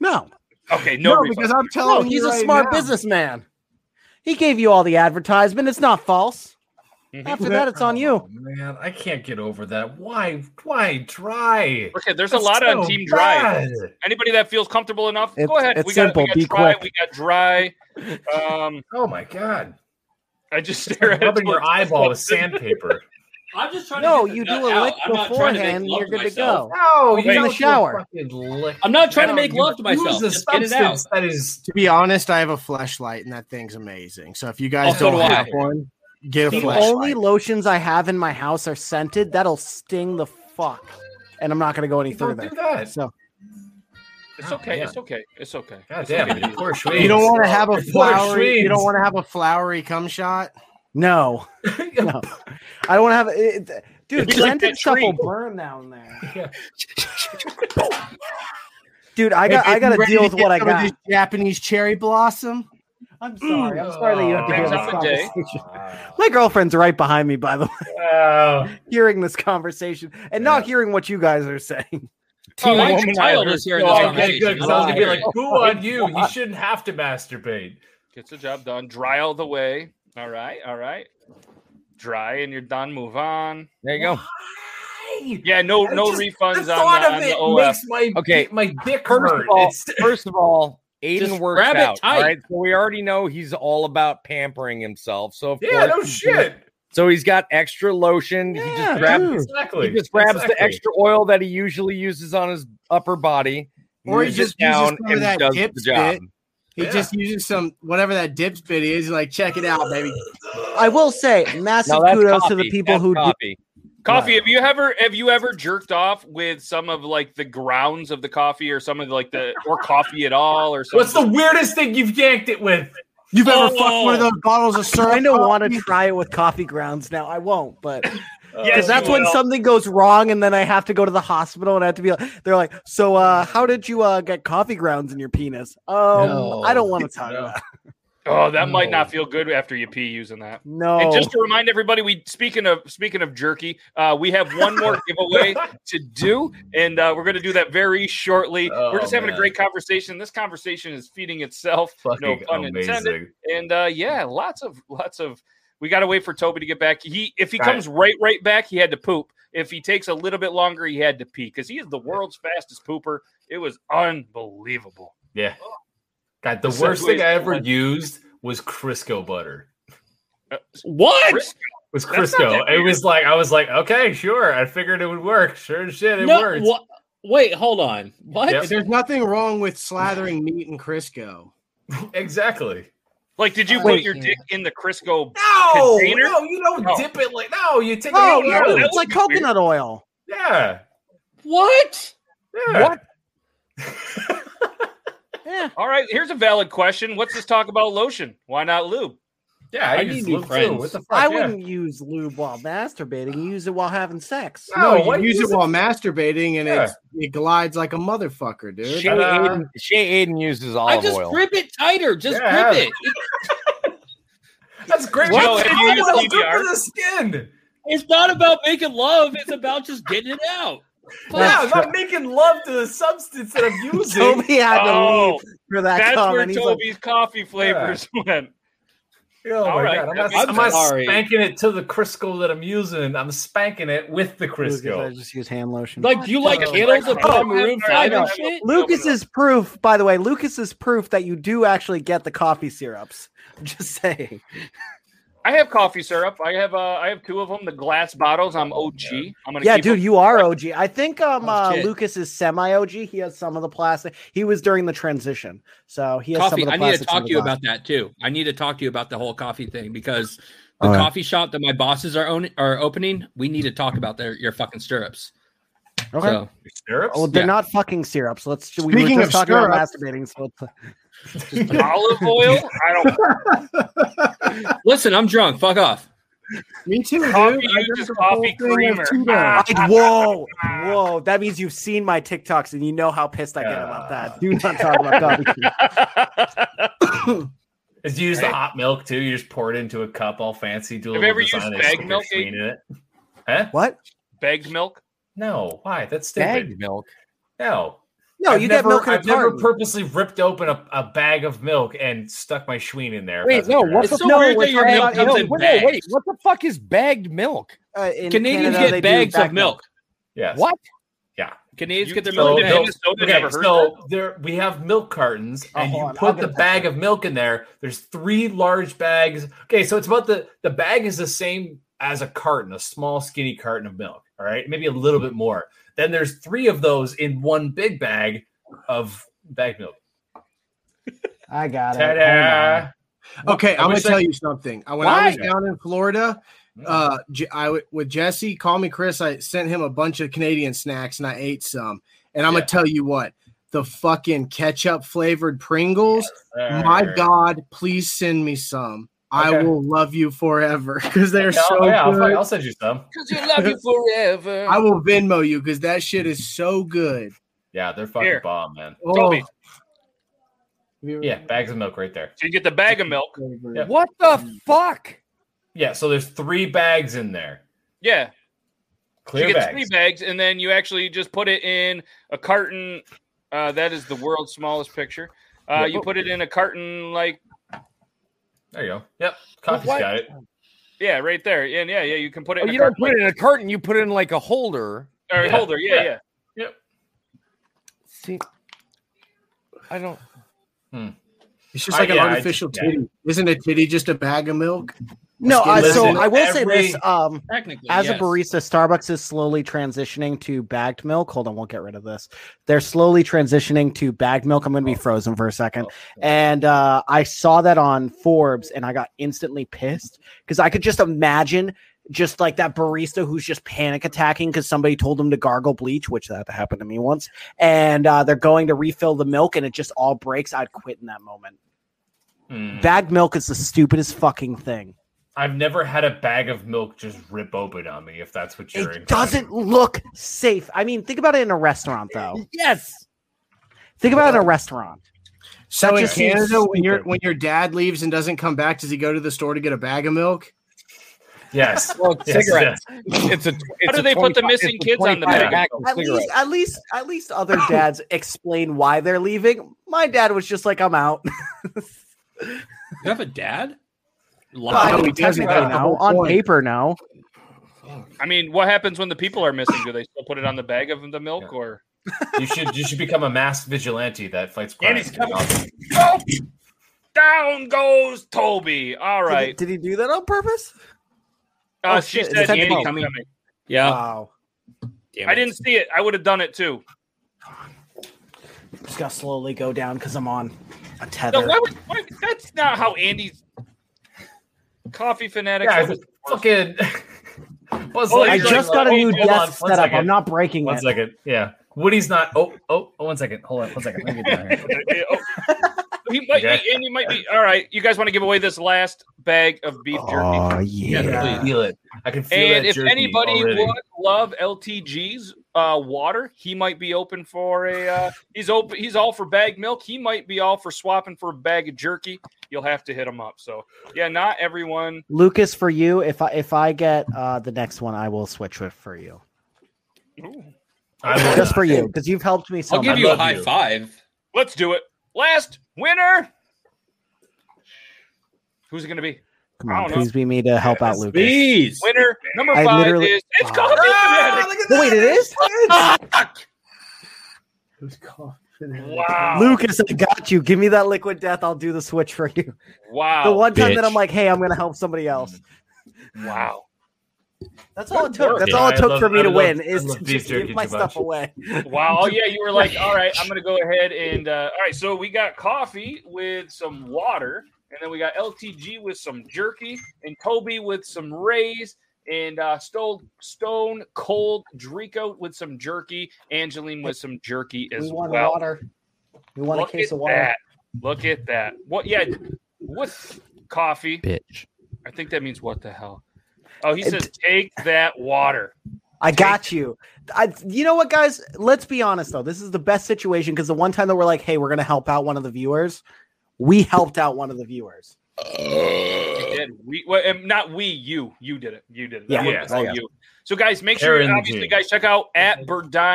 S5: No.
S6: Okay, no, refund.
S4: because I'm telling
S5: no,
S4: you
S5: he's a
S4: right
S5: smart
S4: now.
S5: businessman. He gave you all the advertisement. It's not false.
S2: Mhm.
S5: After that, it's on you.
S1: Man, I can't get over that. Why? Why dry?
S6: Okay, there's
S1: That's
S6: a lot on
S1: so
S6: Team Dry.
S1: bad.
S6: Anybody that feels comfortable enough,
S5: It's-
S6: go ahead.
S5: it's
S6: we got,
S5: simple.
S6: We got
S5: Be
S6: dry.
S5: quick.
S6: We got dry. Um,
S1: oh my god!
S6: I just stare at
S1: Rubbing your
S6: Torch.
S1: eyeball with sandpaper.
S2: I'm just trying
S5: No,
S2: to.
S5: you
S2: get
S5: do
S2: the nut
S5: a
S2: out.
S5: lick
S2: I'm not trying to make
S5: beforehand.
S2: love
S5: You're good to
S2: myself.
S5: go.
S1: No,
S5: Wait, in the shower.
S2: I'm not trying to make love to myself.
S1: a
S2: Just get it out.
S1: substance that is.
S4: To be honest, I have a flashlight, and that thing's amazing. So if you guys
S2: Oh, so
S4: don't
S2: do I.
S4: have one, get a
S5: The
S4: flashlight.
S5: only lotions I have in my house are scented. That'll sting the fuck. And I'm not going to go any
S6: Don't
S5: further.
S6: do that.
S5: So
S6: It's
S4: Oh,
S6: okay. It's okay. It's okay.
S1: God
S6: It's
S1: damn
S6: okay.
S1: it! Poor Schwedes.
S4: you don't want to have a flowery. You
S1: Schwedes.
S4: don't want to have a flowery cum shot.
S5: no, no. I don't want to have it, it- dude.
S4: It's like
S5: Scented
S4: that
S5: stuff will
S4: tree.
S5: burn down there. Dude, I got
S4: Hey,
S5: I got to
S4: you ready
S5: deal with
S4: get
S5: what I
S4: some of
S5: got.
S4: this Japanese cherry blossom.
S5: I'm sorry. I'm sorry that you have to hear
S6: Brings
S5: this
S6: up a day.
S5: conversation. My girlfriend's right behind me, by the way. hearing this conversation and not hearing what you guys are saying.
S1: Oh, my child is here in this conversation. Oh, I was gonna be like, "Who on you? You shouldn't have to masturbate."
S6: Gets the job done. Dry all the way. All right, all right. Dry and you're done. Move on.
S3: There you go.
S6: Yeah, no,
S1: I
S6: no
S1: just-
S6: refunds
S1: the
S6: on
S1: thought
S6: the,
S1: of
S6: on
S1: it
S6: the OF.
S1: makes my
S3: Okay.
S1: my dick
S3: First of
S1: hurt.
S3: all,
S1: It's-
S3: first of all,
S1: Just
S3: Aiden works
S1: grab it
S3: out,
S1: tight.
S3: right? So we already know he's all about pampering himself. So of
S1: Yeah,
S3: course,
S1: no
S3: he's gonna-
S1: shit.
S3: So he's got extra lotion. he
S1: Yeah,
S3: just grabs,
S1: dude. Exactly.
S3: he just grabs the
S1: Exactly.
S3: extra oil that he usually uses on his upper body,
S4: Or he
S3: moves
S4: just
S3: it down
S4: uses some of
S3: and
S4: that
S3: does
S4: dip
S3: the job.
S4: spit. He just uses some whatever that dips bit is. Like, check it out, baby.
S5: I will say, massive
S4: No, that's
S5: kudos to
S4: coffee.
S5: the people
S4: That's
S5: who
S3: coffee.
S6: Coffee, have you ever have you ever jerked off with some of like the grounds of the coffee or some of like the or coffee at all or something?
S1: What's the weirdest thing you've yanked it with?
S4: You've
S6: ever fucked one of those
S5: bottles of syrup. I kind of
S4: Oh,
S5: want to try it with coffee grounds now. I won't, but
S1: Yes,
S5: Uh, because that's
S1: you
S5: when
S1: will.
S5: something goes wrong, and then I have to go to the hospital, and I have to be. like, They're like, "So, uh, how did you uh, get coffee grounds in your penis?" Um, I don't want to talk about. That.
S6: Oh, that might not feel good after you pee using that.
S5: No.
S6: And
S1: Oh.
S6: just to remind everybody, we speaking of speaking of jerky, uh, we have one more giveaway to do, and uh, we're going to do that very shortly. we're just having a
S1: Oh, man.
S6: great conversation. This conversation is feeding itself. no
S1: Fucking
S6: pun intended.
S1: amazing.
S6: And uh, yeah, lots of lots of. We got to wait for Toby to get back. He if he
S1: Right.
S6: comes right right back, he had to poop. If he takes a little bit longer, he had to pee because he is the world's fastest pooper. It was unbelievable.
S1: Yeah. God, the
S6: The
S1: worst
S6: Subway's
S1: thing I ever
S6: like-
S1: used was Crisco butter.
S6: What?
S1: was
S6: That's not
S1: Crisco?
S6: that
S1: It
S6: weird.
S1: was like I was like, okay, sure. I figured it would work. Sure as shit, it
S2: No,
S1: worked.
S2: wha- wait, hold on. What?
S4: There's nothing wrong with slathering meat in Crisco.
S1: Exactly.
S6: Like, did you
S4: Wait.
S6: put your dick in the Crisco
S1: No,
S6: container?
S1: no, you don't
S6: Oh.
S1: dip it like no. You take
S5: Oh,
S1: it.
S5: no,
S1: out.
S5: it's like coconut oil.
S1: Yeah.
S2: What?
S1: Yeah.
S5: What?
S6: All right, here's a valid question. What's this talk about lotion? Why not lube?
S1: Yeah,
S5: I need new friends. I wouldn't use lube while masturbating. You use it while having sex.
S6: Oh,
S4: No, you use it while masturbating, and it's, it glides like a motherfucker, dude.
S3: Shea, Aiden, Shea Aiden uses
S4: I
S3: olive
S4: just
S3: oil.
S2: Grip it tighter. Just
S4: Yeah.
S2: grip it.
S1: That's great.
S2: What?
S1: Joe, have you used
S2: It's
S1: CPR?
S2: not-
S1: Good for the skin.
S2: It's not about making love. It's about just getting it out.
S1: Yeah, I'm not making love to the substance that I'm using.
S5: Toby had to
S2: Oh,
S5: leave for that
S6: Oh, That's where
S5: comment. He's like,
S6: Toby's coffee flavors went.
S1: Oh my
S6: All right,
S1: god! I'm not,
S6: that makes
S1: I'm not
S6: sense.
S1: spanking it to the Crisco that I'm using. I'm spanking it with the
S5: Lucas, I
S1: Crisco.
S5: just use hand lotion.
S2: Like, you like Kittles and
S1: Oh,
S2: Maroon
S1: I
S2: 5
S1: know.
S2: and shit?
S5: Lucas's proof, by the way, Lucas's proof that you do actually get the coffee syrups. I'm just saying.
S6: I have coffee syrup. I have uh, I have two of them, the glass bottles. I'm OG. I'm gonna
S5: Yeah,
S6: keep
S5: dude, you are OG. I think
S2: Oh,
S5: um uh,
S6: shit.
S5: Lucas is semi OG. He has some of the plastic. He was during the transition, so he has some
S2: Coffee.
S5: of the
S2: I need to
S5: plastics in
S2: talk
S5: the
S2: to you
S5: glass.
S2: about that too. I need to talk to you about the whole coffee thing because the
S5: All right.
S2: coffee shop that my bosses are own are opening. We need to talk about their your fucking stirrups.
S5: Okay.
S2: So-
S1: Syrups?
S5: Well, they're
S2: Yeah.
S5: not fucking syrups. Let's. we were
S2: Speaking
S5: just
S2: of
S5: talking about
S2: syrups-
S5: masturbating. So let's-
S6: olive oil. I don't.
S2: Listen, I'm drunk. Fuck off.
S4: Me too, dude.
S6: Coffee
S4: I
S6: uses
S4: drank a whole
S6: coffee
S4: thing of
S6: creamer.
S4: Tito's.
S5: I- whoa, whoa! That means you've seen my TikToks and you know how pissed I get about that. Do not talk about coffee.
S1: Is you use the hot milk too? You just pour it into a cup, all fancy. Do a
S6: Have you
S1: little
S6: ever used
S1: design and
S6: bag
S1: stick your
S6: milk,
S1: screen in it. Huh?
S5: What?
S6: Bagged milk?
S1: No. Why? That's stupid.
S3: Bagged milk.
S1: No.
S5: No, you get
S1: never,
S5: milk in a
S1: I've never
S5: carton.
S1: purposely ripped open a, a bag of milk and stuck my schween in there. if
S3: Wait,
S1: that's what
S3: no,
S1: you're
S3: what
S1: asking.
S3: the no, we're talking about- no, wait, no, wait, what the fuck is bagged milk?
S5: Uh,
S2: Canadians get bags of milk.
S1: Yes.
S3: What?
S1: Yeah.
S2: Canadians get their
S1: So,
S2: milk.
S1: no,
S2: bags.
S1: okay, so there we have milk cartons, and
S2: hold
S1: you
S2: on, I'll
S1: put
S2: get
S1: the
S2: that.
S1: bag of milk in there. There's three large bags. Okay, so it's about the the bag is the same as a carton, a small skinny carton of milk. All right, maybe a little bit more. Then there's three of those in one big bag of bag milk.
S5: I got it.
S1: Ta-da. I
S4: Okay, I'm gonna
S1: wish I-
S4: tell you something. I- When I was
S1: Why? Mm.
S4: down in Florida, uh, J- I w- with Jesse, call me Chris. I sent him a bunch of Canadian snacks and I ate some. And I'm gonna tell you what, the fucking ketchup flavored Pringles.
S1: sir.
S4: my God, please send me some. I
S1: Okay.
S4: will love you forever because they're
S1: Yeah,
S4: so
S1: oh, yeah, I'll
S4: good.
S1: fi- I'll send you some.
S6: Because you love you forever.
S4: I will Venmo you because that shit is so good.
S1: Yeah, they're fucking
S6: Here.
S1: bomb, man.
S4: Oh,
S6: Toby.
S4: you ever-
S1: Yeah, bags of milk right there.
S6: So you get the bag of milk.
S3: What the fuck?
S1: Yeah, so there's three bags in there.
S6: Yeah.
S1: Clear
S6: you get
S1: bags.
S6: three bags, and then you actually just put it in a carton. Uh, that is the world's smallest picture. Uh,
S1: Yeah.
S6: You put it in a carton, like
S1: There you go. Yep. Coffee's
S3: What?
S1: got it.
S6: yeah, right there. And yeah, yeah, you can put it.
S3: Oh,
S6: in
S3: you
S6: a
S3: don't
S6: carton,
S3: put it in a carton. You put it in like a holder.
S6: or a
S3: Yeah.
S6: holder. Yeah, yeah.
S3: Yeah.
S1: Yep.
S3: See, I don't.
S4: It's just
S1: I-
S4: like an
S1: yeah, I
S4: artificial
S1: just- yeah.
S4: titty. Isn't a titty just a bag of milk?
S5: No,
S4: Skin
S5: uh, so
S4: milk?
S5: I will say this:
S4: Every-
S5: um,
S2: Technically,
S5: as
S2: yes.
S5: a barista, Starbucks is slowly transitioning to bagged milk. Hold on, we'll get rid of this. They're slowly transitioning to bagged milk. I'm going to
S2: Oh.
S5: be frozen for a second, and uh, I saw that on Forbes, and I got instantly pissed because I could just imagine. Just like that barista who's just panic attacking because somebody told them to gargle bleach, which that happened to me once, and uh, they're going to refill the milk and it just all breaks. I'd quit in that moment.
S1: Hmm.
S2: Hmm.
S5: Bagged milk is the stupidest fucking thing.
S1: I've never had a bag of milk just rip open on me if that's what you're
S5: It doesn't look safe. I mean, think about it in a restaurant, though.
S3: Yes.
S5: Think about it in a restaurant.
S4: So
S5: That
S4: in
S5: just seems
S4: Canada, when your
S5: stupid.
S4: when your dad leaves and doesn't come back, does he go to the store to get a bag of milk?
S1: Yes.
S3: Well,
S4: Yes,
S3: cigarettes. It's a. It's
S4: How do
S3: a
S4: they put the
S3: 25
S4: missing
S3: it's a
S4: kids on the
S3: 25
S4: bag?
S3: pack of
S5: At least,
S3: cigarettes.
S5: at least, at least, other dads explain why they're leaving. My dad was just like, "I'm out."
S2: You have a dad?
S5: I mean, technically, no. On paper, no.
S6: I mean, what happens when the people are missing? Do they still put it on the bag of the milk, or
S1: you should you should become a mass vigilante that fights crime.
S6: oh, down goes Toby? All right.
S5: Did he do that on purpose?
S6: Uh,
S5: Oh,
S6: she
S5: shit, is
S6: said
S5: that
S6: Andy
S5: the-
S6: coming.
S2: Yeah.
S5: Wow.
S6: I didn't see it. I would have done it too.
S5: Just gotta slowly go down because I'm on a
S6: No,
S5: tether.
S6: why would, why, that's not how Andy's coffee fanatic.
S1: Yeah, fucking. Buzz
S6: Oh,
S5: I
S1: Lightyear,
S5: just
S1: like,
S5: got a
S1: oh,
S5: new
S1: hold on,
S5: desk
S1: one
S5: set up.
S1: second.
S5: I'm not breaking
S1: One
S5: it.
S1: second. Yeah. Woody's not. Oh, oh, oh, one second. Hold on. One second. Let me get down here.
S6: oh, he might
S1: Okay.
S6: be, Andy might be. All right, you guys want to give away this last bag of beef jerky?
S5: Oh
S1: I
S5: yeah.
S1: can feel it. I can feel
S6: and
S1: that
S6: if
S1: jerky
S6: anybody
S1: already.
S6: would love LTG's uh, water, he might be open for a. Uh, he's open. He's all for bag milk. He might be all for swapping for a bag of jerky. You'll have to hit him up. So yeah, not everyone.
S5: Lucas, for you, if I if I get uh, the next one, I will switch it for you. Just for you, because you've helped me so
S2: I'll give
S5: much.
S2: you a high five.
S6: Let's do it. Last winner. Who's it going to be?
S5: Come
S6: I
S5: on,
S6: don't
S5: please be me to help out Lucas.
S2: Please.
S6: Winner number
S5: I
S6: five
S5: literally-
S6: is it's
S5: Ah.
S6: coffee.
S5: Oh, wait, it is?
S6: Wow.
S5: Lucas, I got you. Give me that liquid death. I'll do the switch for you.
S6: Wow.
S5: the one time that I'm like, hey, I'm gonna help somebody
S1: Mm.
S5: else.
S6: wow.
S5: That's all it took.
S1: work,
S5: That's all it
S1: dude.
S5: took
S1: I
S5: for
S1: love-
S5: me
S1: I
S5: to
S1: love-
S5: win
S1: I
S5: is
S1: love
S5: to
S1: beef
S5: just give
S1: jerky
S5: my
S1: too much.
S5: stuff away.
S6: Wow. Oh, Yeah, you were like, all right, I'm going to go ahead and, uh, all right, so we got coffee with some water, and then we got LTG with some jerky, and Toby with some rays, and uh, Stone, Stone Cold Drico with some jerky, Angeline with some jerky as
S5: We want
S6: well.
S5: water. We want
S6: Look
S5: a case
S6: at
S5: of water.
S6: That. Look at that. What, yeah, what's coffee?
S12: Bitch.
S6: I think that means what the hell. Oh, he says, take that water.
S5: I got you. I, you know what, guys? Let's be honest though. This is the best situation because the one time that we're like, "Hey, we're gonna help out one of the viewers," we helped out one of the viewers.
S6: You
S5: Uh,
S6: did. We well, and not we, you. You did it. You did it.
S5: Yeah,
S6: That
S5: yeah,
S6: was
S5: I
S6: all
S5: got
S6: you. So guys, make sure
S5: Aaron
S6: obviously
S5: G.
S6: guys check out at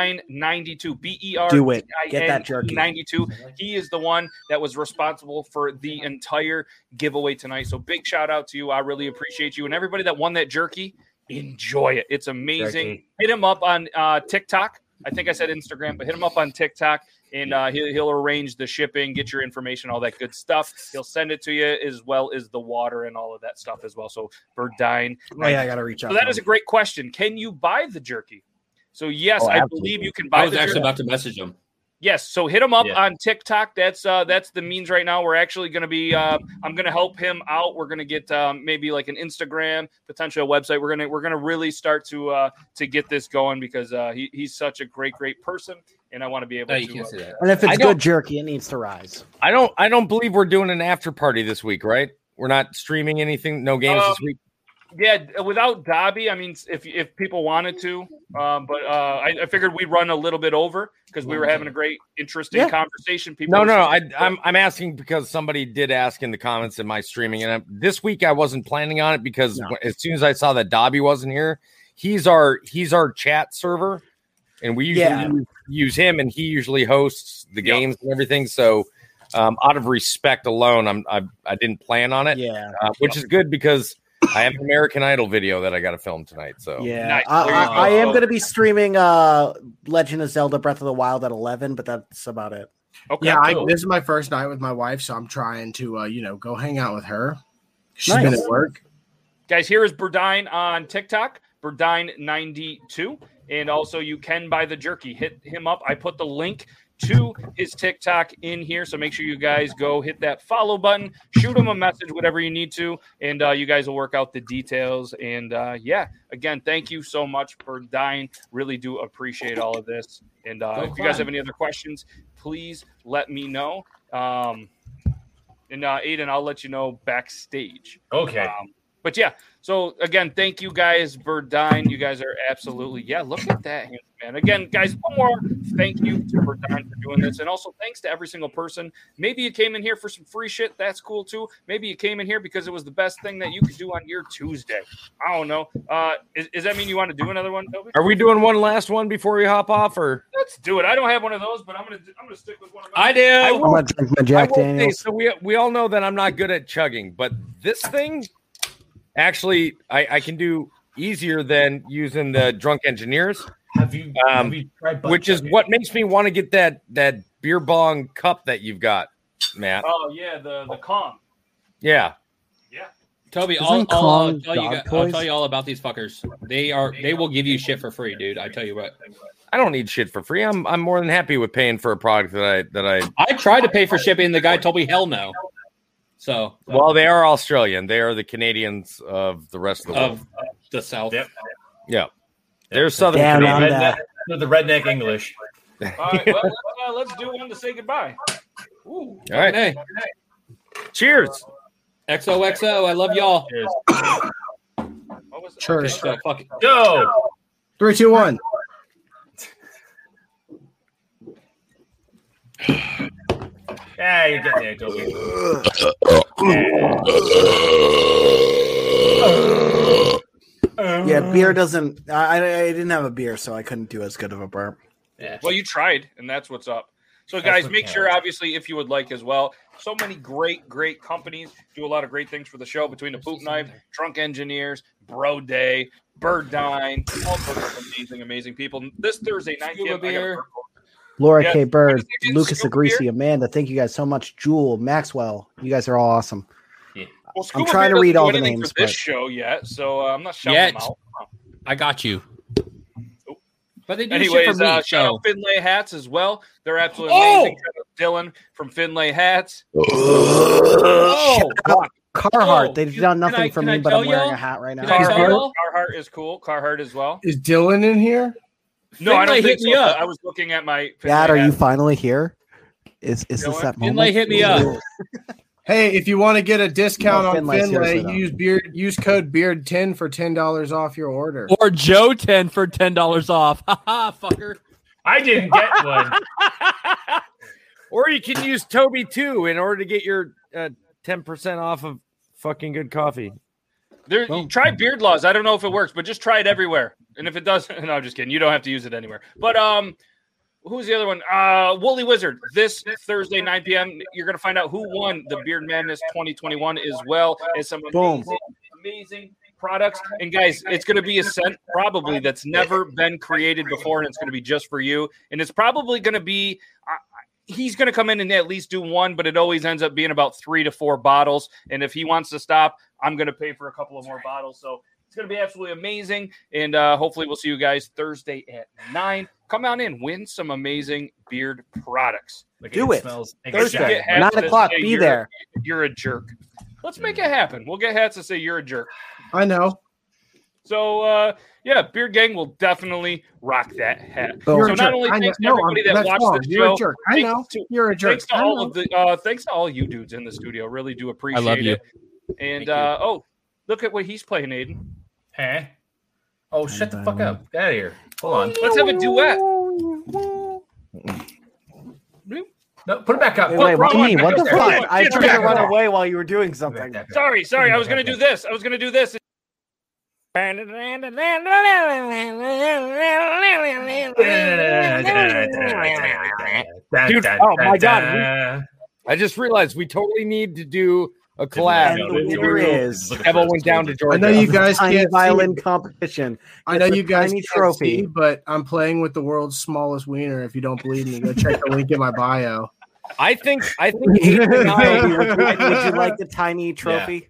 S6: Berdine92. B-E-R
S5: Do it. Get that jerky.
S6: 92. He is the one that was responsible for the entire giveaway tonight. So big shout out to you. I really appreciate you. And everybody that won that jerky, enjoy it. It's amazing.
S1: Jerky.
S6: Hit him up on uh, TikTok. I think I said Instagram, but hit him up on TikTok and uh, he'll, he'll arrange the shipping, get your information, all that good stuff. He'll send it to you as well as the water and all of that stuff as well. So Verdine.
S5: Oh yeah, I gotta reach out.
S6: So
S5: to
S6: that
S5: him.
S6: is a great question. Can you buy the jerky? So yes,
S2: Oh,
S6: I
S2: absolutely.
S6: believe you can buy.
S2: I was
S6: the
S2: actually
S6: jerky.
S2: about to message him.
S6: Yes, so hit him up
S2: Yeah.
S6: on TikTok. That's uh, that's the means right now. We're actually going to be. Uh, I'm going to help him out. We're going to get um, maybe like an Instagram, potential website. We're gonna we're gonna really start to uh, to get this going because uh, he, he's such a great great person, and I want to be able
S2: Oh,
S6: to.
S2: you can't
S6: uh,
S2: say that.
S5: and if it's
S3: I don't-
S5: good jerky, it needs to rise.
S3: I don't.
S4: Uh,
S3: I don't believe we're doing an after party this week, right? We're not streaming anything. No games this
S6: Um,
S3: week.
S6: yeah, without Dobby, I mean, if if people wanted to, um, but uh, I, I figured we'd run a little bit over because we were having a great, interesting
S3: Yeah.
S6: conversation. People,
S3: No,
S6: were
S3: no, no. I,
S6: saying-
S3: I'm I'm asking because somebody did ask in the comments in my streaming, and i this week I wasn't planning on it because wh- as soon as I saw that Dobby wasn't here, he's our he's our chat server, and we usually
S5: Yeah.
S3: use, use him, and he usually hosts the games and everything. So, um, out of respect alone, I'm I, I didn't plan on it.
S5: Yeah,
S3: uh, which is good because I have an American Idol video that I got to film tonight. So
S5: Yeah, I, I, I am going to
S3: Oh.
S5: be streaming uh Legend of Zelda: Breath of the Wild at eleven, but that's about it.
S6: Oh,
S4: yeah, I, this is my first night with my wife, so I'm trying to, uh, you know, go hang out with her. She's been
S6: Nice.
S4: at work.
S6: guys, here is Burdine on TikTok, Burdine ninety two, and also you can buy the jerky. Hit him up. I put the link to his TikTok in here, so make sure you guys go hit that follow button, shoot him a message, whatever you need to, and uh, you guys will work out the details. And uh, yeah, again, thank you so much, Burdine. Really do appreciate all of this. And uh,
S2: Go
S6: if you guys
S2: climb.
S6: have any other questions, please let me know. Um, and uh, Aiden, I'll let you know backstage.
S1: Okay.
S6: Um, but yeah, so again, thank you guys, Burdine. You guys are absolutely yeah. Look at that, man. Again, guys, one more thank you to Burdine for doing this, and also thanks to every single person. Maybe you came in here for some free shit. That's cool too. Maybe you came in here because it was the best thing that you could do on your Tuesday. I don't know. Uh, is, does that mean you want to do another one, Toby?
S3: Are we doing one last one before we hop off, or
S6: Let's do it. I don't have one of those, but I'm gonna I'm gonna stick with one of mine.
S3: I do.
S5: I'm gonna drink my Jack
S3: I will say,
S5: Daniels.
S3: so we we all know that I'm not good at chugging, but this thing actually I, I can do easier than using the drunk engineers.
S1: Have you,
S3: um,
S1: tried butt
S3: which is what makes me want to get that that beer bong cup that you've got, Matt?
S6: Oh yeah, the the calm.
S3: Yeah,
S2: Toby,
S3: Isn't
S2: I'll, I'll, I'll
S3: Kong
S2: tell you
S3: dog
S2: guys, I'll
S3: toys?
S2: tell you all about these fuckers. They are they will give you shit for free, dude. I tell you what.
S3: I don't need shit for free. I'm I'm more than happy with paying for a product that I that I
S2: I tried to pay for shipping. The guy told me hell no. So
S3: well they are Australian. They are the Canadians of the rest of the world.
S2: of the South.
S3: Yeah. They're Southern
S1: Down on
S3: Canadian.
S1: that. No, the redneck English.
S6: All right, well, let's, uh, let's do one to say goodbye. Ooh,
S3: All right.
S2: Hey.
S3: Cheers.
S2: XOXO. I love y'all.
S4: Cheers.
S2: So fuck it.
S1: Go.
S4: Three, two, one.
S1: Yeah, you're getting there, Toby.
S5: Yeah, beer doesn't. I, I I didn't have a beer, so I couldn't do as good of a burp.
S6: Well, you tried, and that's what's up. So,
S5: That's
S6: guys,
S5: what
S6: make sure, obviously, if you would like as well, so many great, great companies do a lot of great things for the show between the Poop Knife, Drunk Engineers, Bro Day, Bird Dine, all sorts of amazing, amazing people. This Thursday night,
S2: Scuba
S6: yeah, I got
S2: beer.
S6: burp.
S5: Laura
S6: Yeah,
S5: K. Bird,
S6: get
S5: Lucas
S6: scoop
S5: Agrisi, Amanda, thank you guys so much. Jewel, Maxwell, you guys are all awesome.
S6: Well, Scuba
S5: trying
S6: beer
S5: to read
S6: doesn't do
S5: all the
S6: anything
S5: names,
S6: for this
S5: but-
S6: show yet, so uh, I'm not shouting
S2: Yet.
S6: them out.
S2: I got you. But they do shit
S6: Anyways,
S2: for me.
S6: uh, shout
S2: so.
S6: out Finlay Hats as well. They're absolutely
S2: Oh!
S6: amazing. Shout out Dylan from Finlay Hats.
S3: Oh!
S5: Carhartt, they've done nothing for
S6: can
S5: me,
S6: I
S5: but
S6: tell
S5: I'm wearing
S6: y'all?
S5: a hat right now.
S6: Can I tell y'all? Carhartt is cool. Carhartt as well.
S4: Is Dylan in here?
S6: No, I don't
S2: Finlay
S6: think
S2: hit
S6: so.
S2: me up.
S6: I was looking at my.
S5: Dad, are you finally here? Is is
S6: Dylan,
S5: this that moment?
S4: Finlay, hit me up. Hey, if you want to get a discount
S5: No,
S4: on
S5: Finlay, seriously,
S4: Finlay,
S5: though.
S4: use beard use code beard ten for ten dollars off your order.
S2: Or Joe ten for ten dollars off. Ha ha, fucker.
S1: I didn't get one.
S3: Or you can use Toby too in order to get your uh, ten percent off of fucking good coffee.
S6: There, try beard laws. I don't know if it works, but just try it everywhere. And if it doesn't, no, I'm just kidding. You don't have to use it anywhere. But um, who's the other one? Uh, Woolly Wizard. This Thursday, 9 p.m. You're gonna find out who won the Beard Madness 2021, as well as some
S5: Boom.
S6: amazing, amazing products. And guys, it's gonna be a scent probably that's never been created before, and it's gonna be just for you. And it's probably gonna be he's going to come in and at least do one, but it always ends up being about three to four bottles. And if he wants to stop, I'm going to pay for a couple of more bottles. So it's going to be absolutely amazing. And uh, hopefully, we'll see you guys Thursday at nine. Come on in, win some amazing beard products.
S5: Do it.
S1: smells-
S6: If you
S5: Thursday,
S6: get hats
S5: nine
S6: that
S5: o'clock,
S6: say
S5: be
S6: you're-
S5: there.
S6: You're a jerk. Let's make it happen. We'll get hats that say you're a jerk.
S4: I know.
S6: So uh, yeah, Beard Gang will definitely rock that hat.
S4: You're a
S6: so not
S4: jerk.
S6: only
S4: I know.
S6: thanks to
S4: No, I'm-
S6: everybody that
S4: that's wrong.
S6: watched the
S4: You're a
S6: show,
S4: jerk. I
S6: thanks
S4: know.
S6: to-
S4: You're a jerk.
S6: Thanks to
S4: I
S6: all
S4: know.
S6: of the uh, thanks to all you dudes in the studio. Really do appreciate
S2: I love you.
S6: it. And uh, oh, Look at what he's playing, Aiden.
S1: Hey. Oh, shut the fuck up. Get out of here. Hold on.
S6: Let's have a duet.
S1: No, put it back up.
S5: Wait,
S1: Put-
S5: wait,
S1: put
S5: what,
S1: it
S5: do you mean?
S1: back
S5: What
S1: up
S5: the
S1: there.
S5: fuck? I
S1: Get
S5: tried
S1: back
S5: to run
S1: up.
S5: away while you were doing something.
S6: Sorry, sorry. I was going to do this. I was going to do this.
S3: Dude, oh my god! we- I just realized we totally need to do a collab.
S5: And there is.
S3: Evo went down to Georgia.
S4: I know you guys
S5: Tiny
S4: can't see
S5: violin
S4: it.
S5: competition.
S4: I know
S5: It's a
S4: you guys
S5: tiny
S4: can't
S5: trophy.
S4: see, but I'm playing with the world's smallest wiener. If you don't believe me, go check the link in my bio.
S3: I think I think Aiden and I,
S4: Would you like- would you like
S5: the tiny
S4: trophy?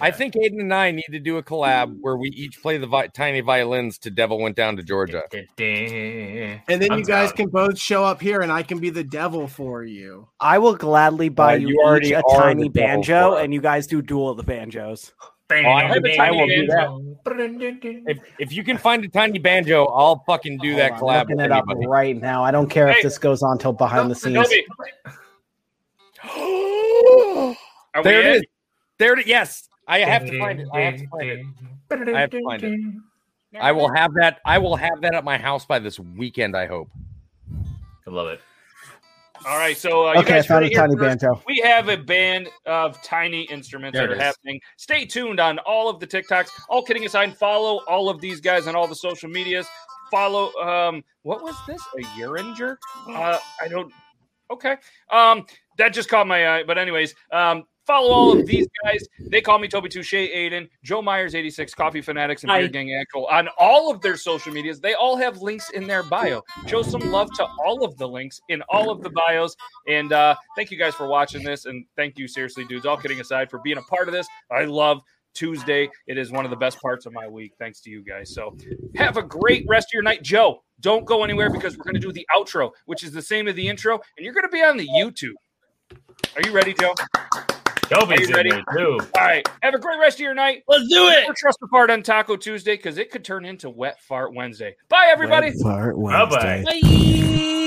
S3: I think Aiden and I need to do a collab where we each play the vi- tiny violins to "Devil Went Down to Georgia."
S4: And
S3: And
S4: then you guys can both show up here, and I can be the devil for you.
S5: I will gladly buy
S4: Uh,
S5: you,
S4: you
S5: each
S4: already
S5: a
S4: are
S5: tiny
S4: the devil
S5: banjo,
S4: for
S5: and you guys do duel of the banjos.
S3: Oh, I, I will do that. If, if you can find a tiny banjo, I'll fucking do that
S5: I'm
S3: collab
S5: looking
S3: with
S5: it up
S3: anybody.
S5: right now. I don't care if this goes on till behind the scenes.
S6: Are
S3: there
S6: we
S3: it
S6: in?
S3: is. There it is. Yes, I have to find it. I have to find it. I have to find it. I will have that. I will have that at my house by this weekend. I hope.
S1: I love it.
S6: All right, so uh, you
S5: Okay,
S6: guys
S5: I found
S6: heard
S5: a
S6: it here
S5: tiny
S6: first.
S5: banjo.
S6: We have a band of tiny instruments
S5: There
S6: that
S5: it
S6: are
S5: is.
S6: happening. Stay tuned on all of the TikToks. All kidding aside, follow all of these guys on all the social medias. Follow um, what was this? A urine jerk? Uh, I don't. Okay, um, that just caught my eye. But anyways, um, follow all of these guys. They call me Toby Touche, Aiden, Joe Myers, eighty six, Coffee Fanatics, and
S2: Hi.
S6: Beer Gang Actual on all of their social medias. They all have links in their bio. Show some love to all of the links in all of the bios. And uh, thank you guys for watching this. And thank you, seriously, dudes, all kidding aside, for being a part of this. I love Tuesday. It is one of the best parts of my week. Thanks to you guys. So have a great rest of your night. Joe, don't go anywhere because we're going to do the outro, which is the same as the intro. And you're going to be on the YouTube. Are you ready, Joe? Are
S1: Toby's
S6: you
S1: in
S6: ready?
S1: there too.
S6: All right. Have a great rest of your night. Let's do it. Or trust the fart on Taco Tuesday because it could turn into Wet Fart Wednesday. Bye, everybody.
S5: Fart
S6: Bye-bye.
S5: Wednesday.
S6: Bye.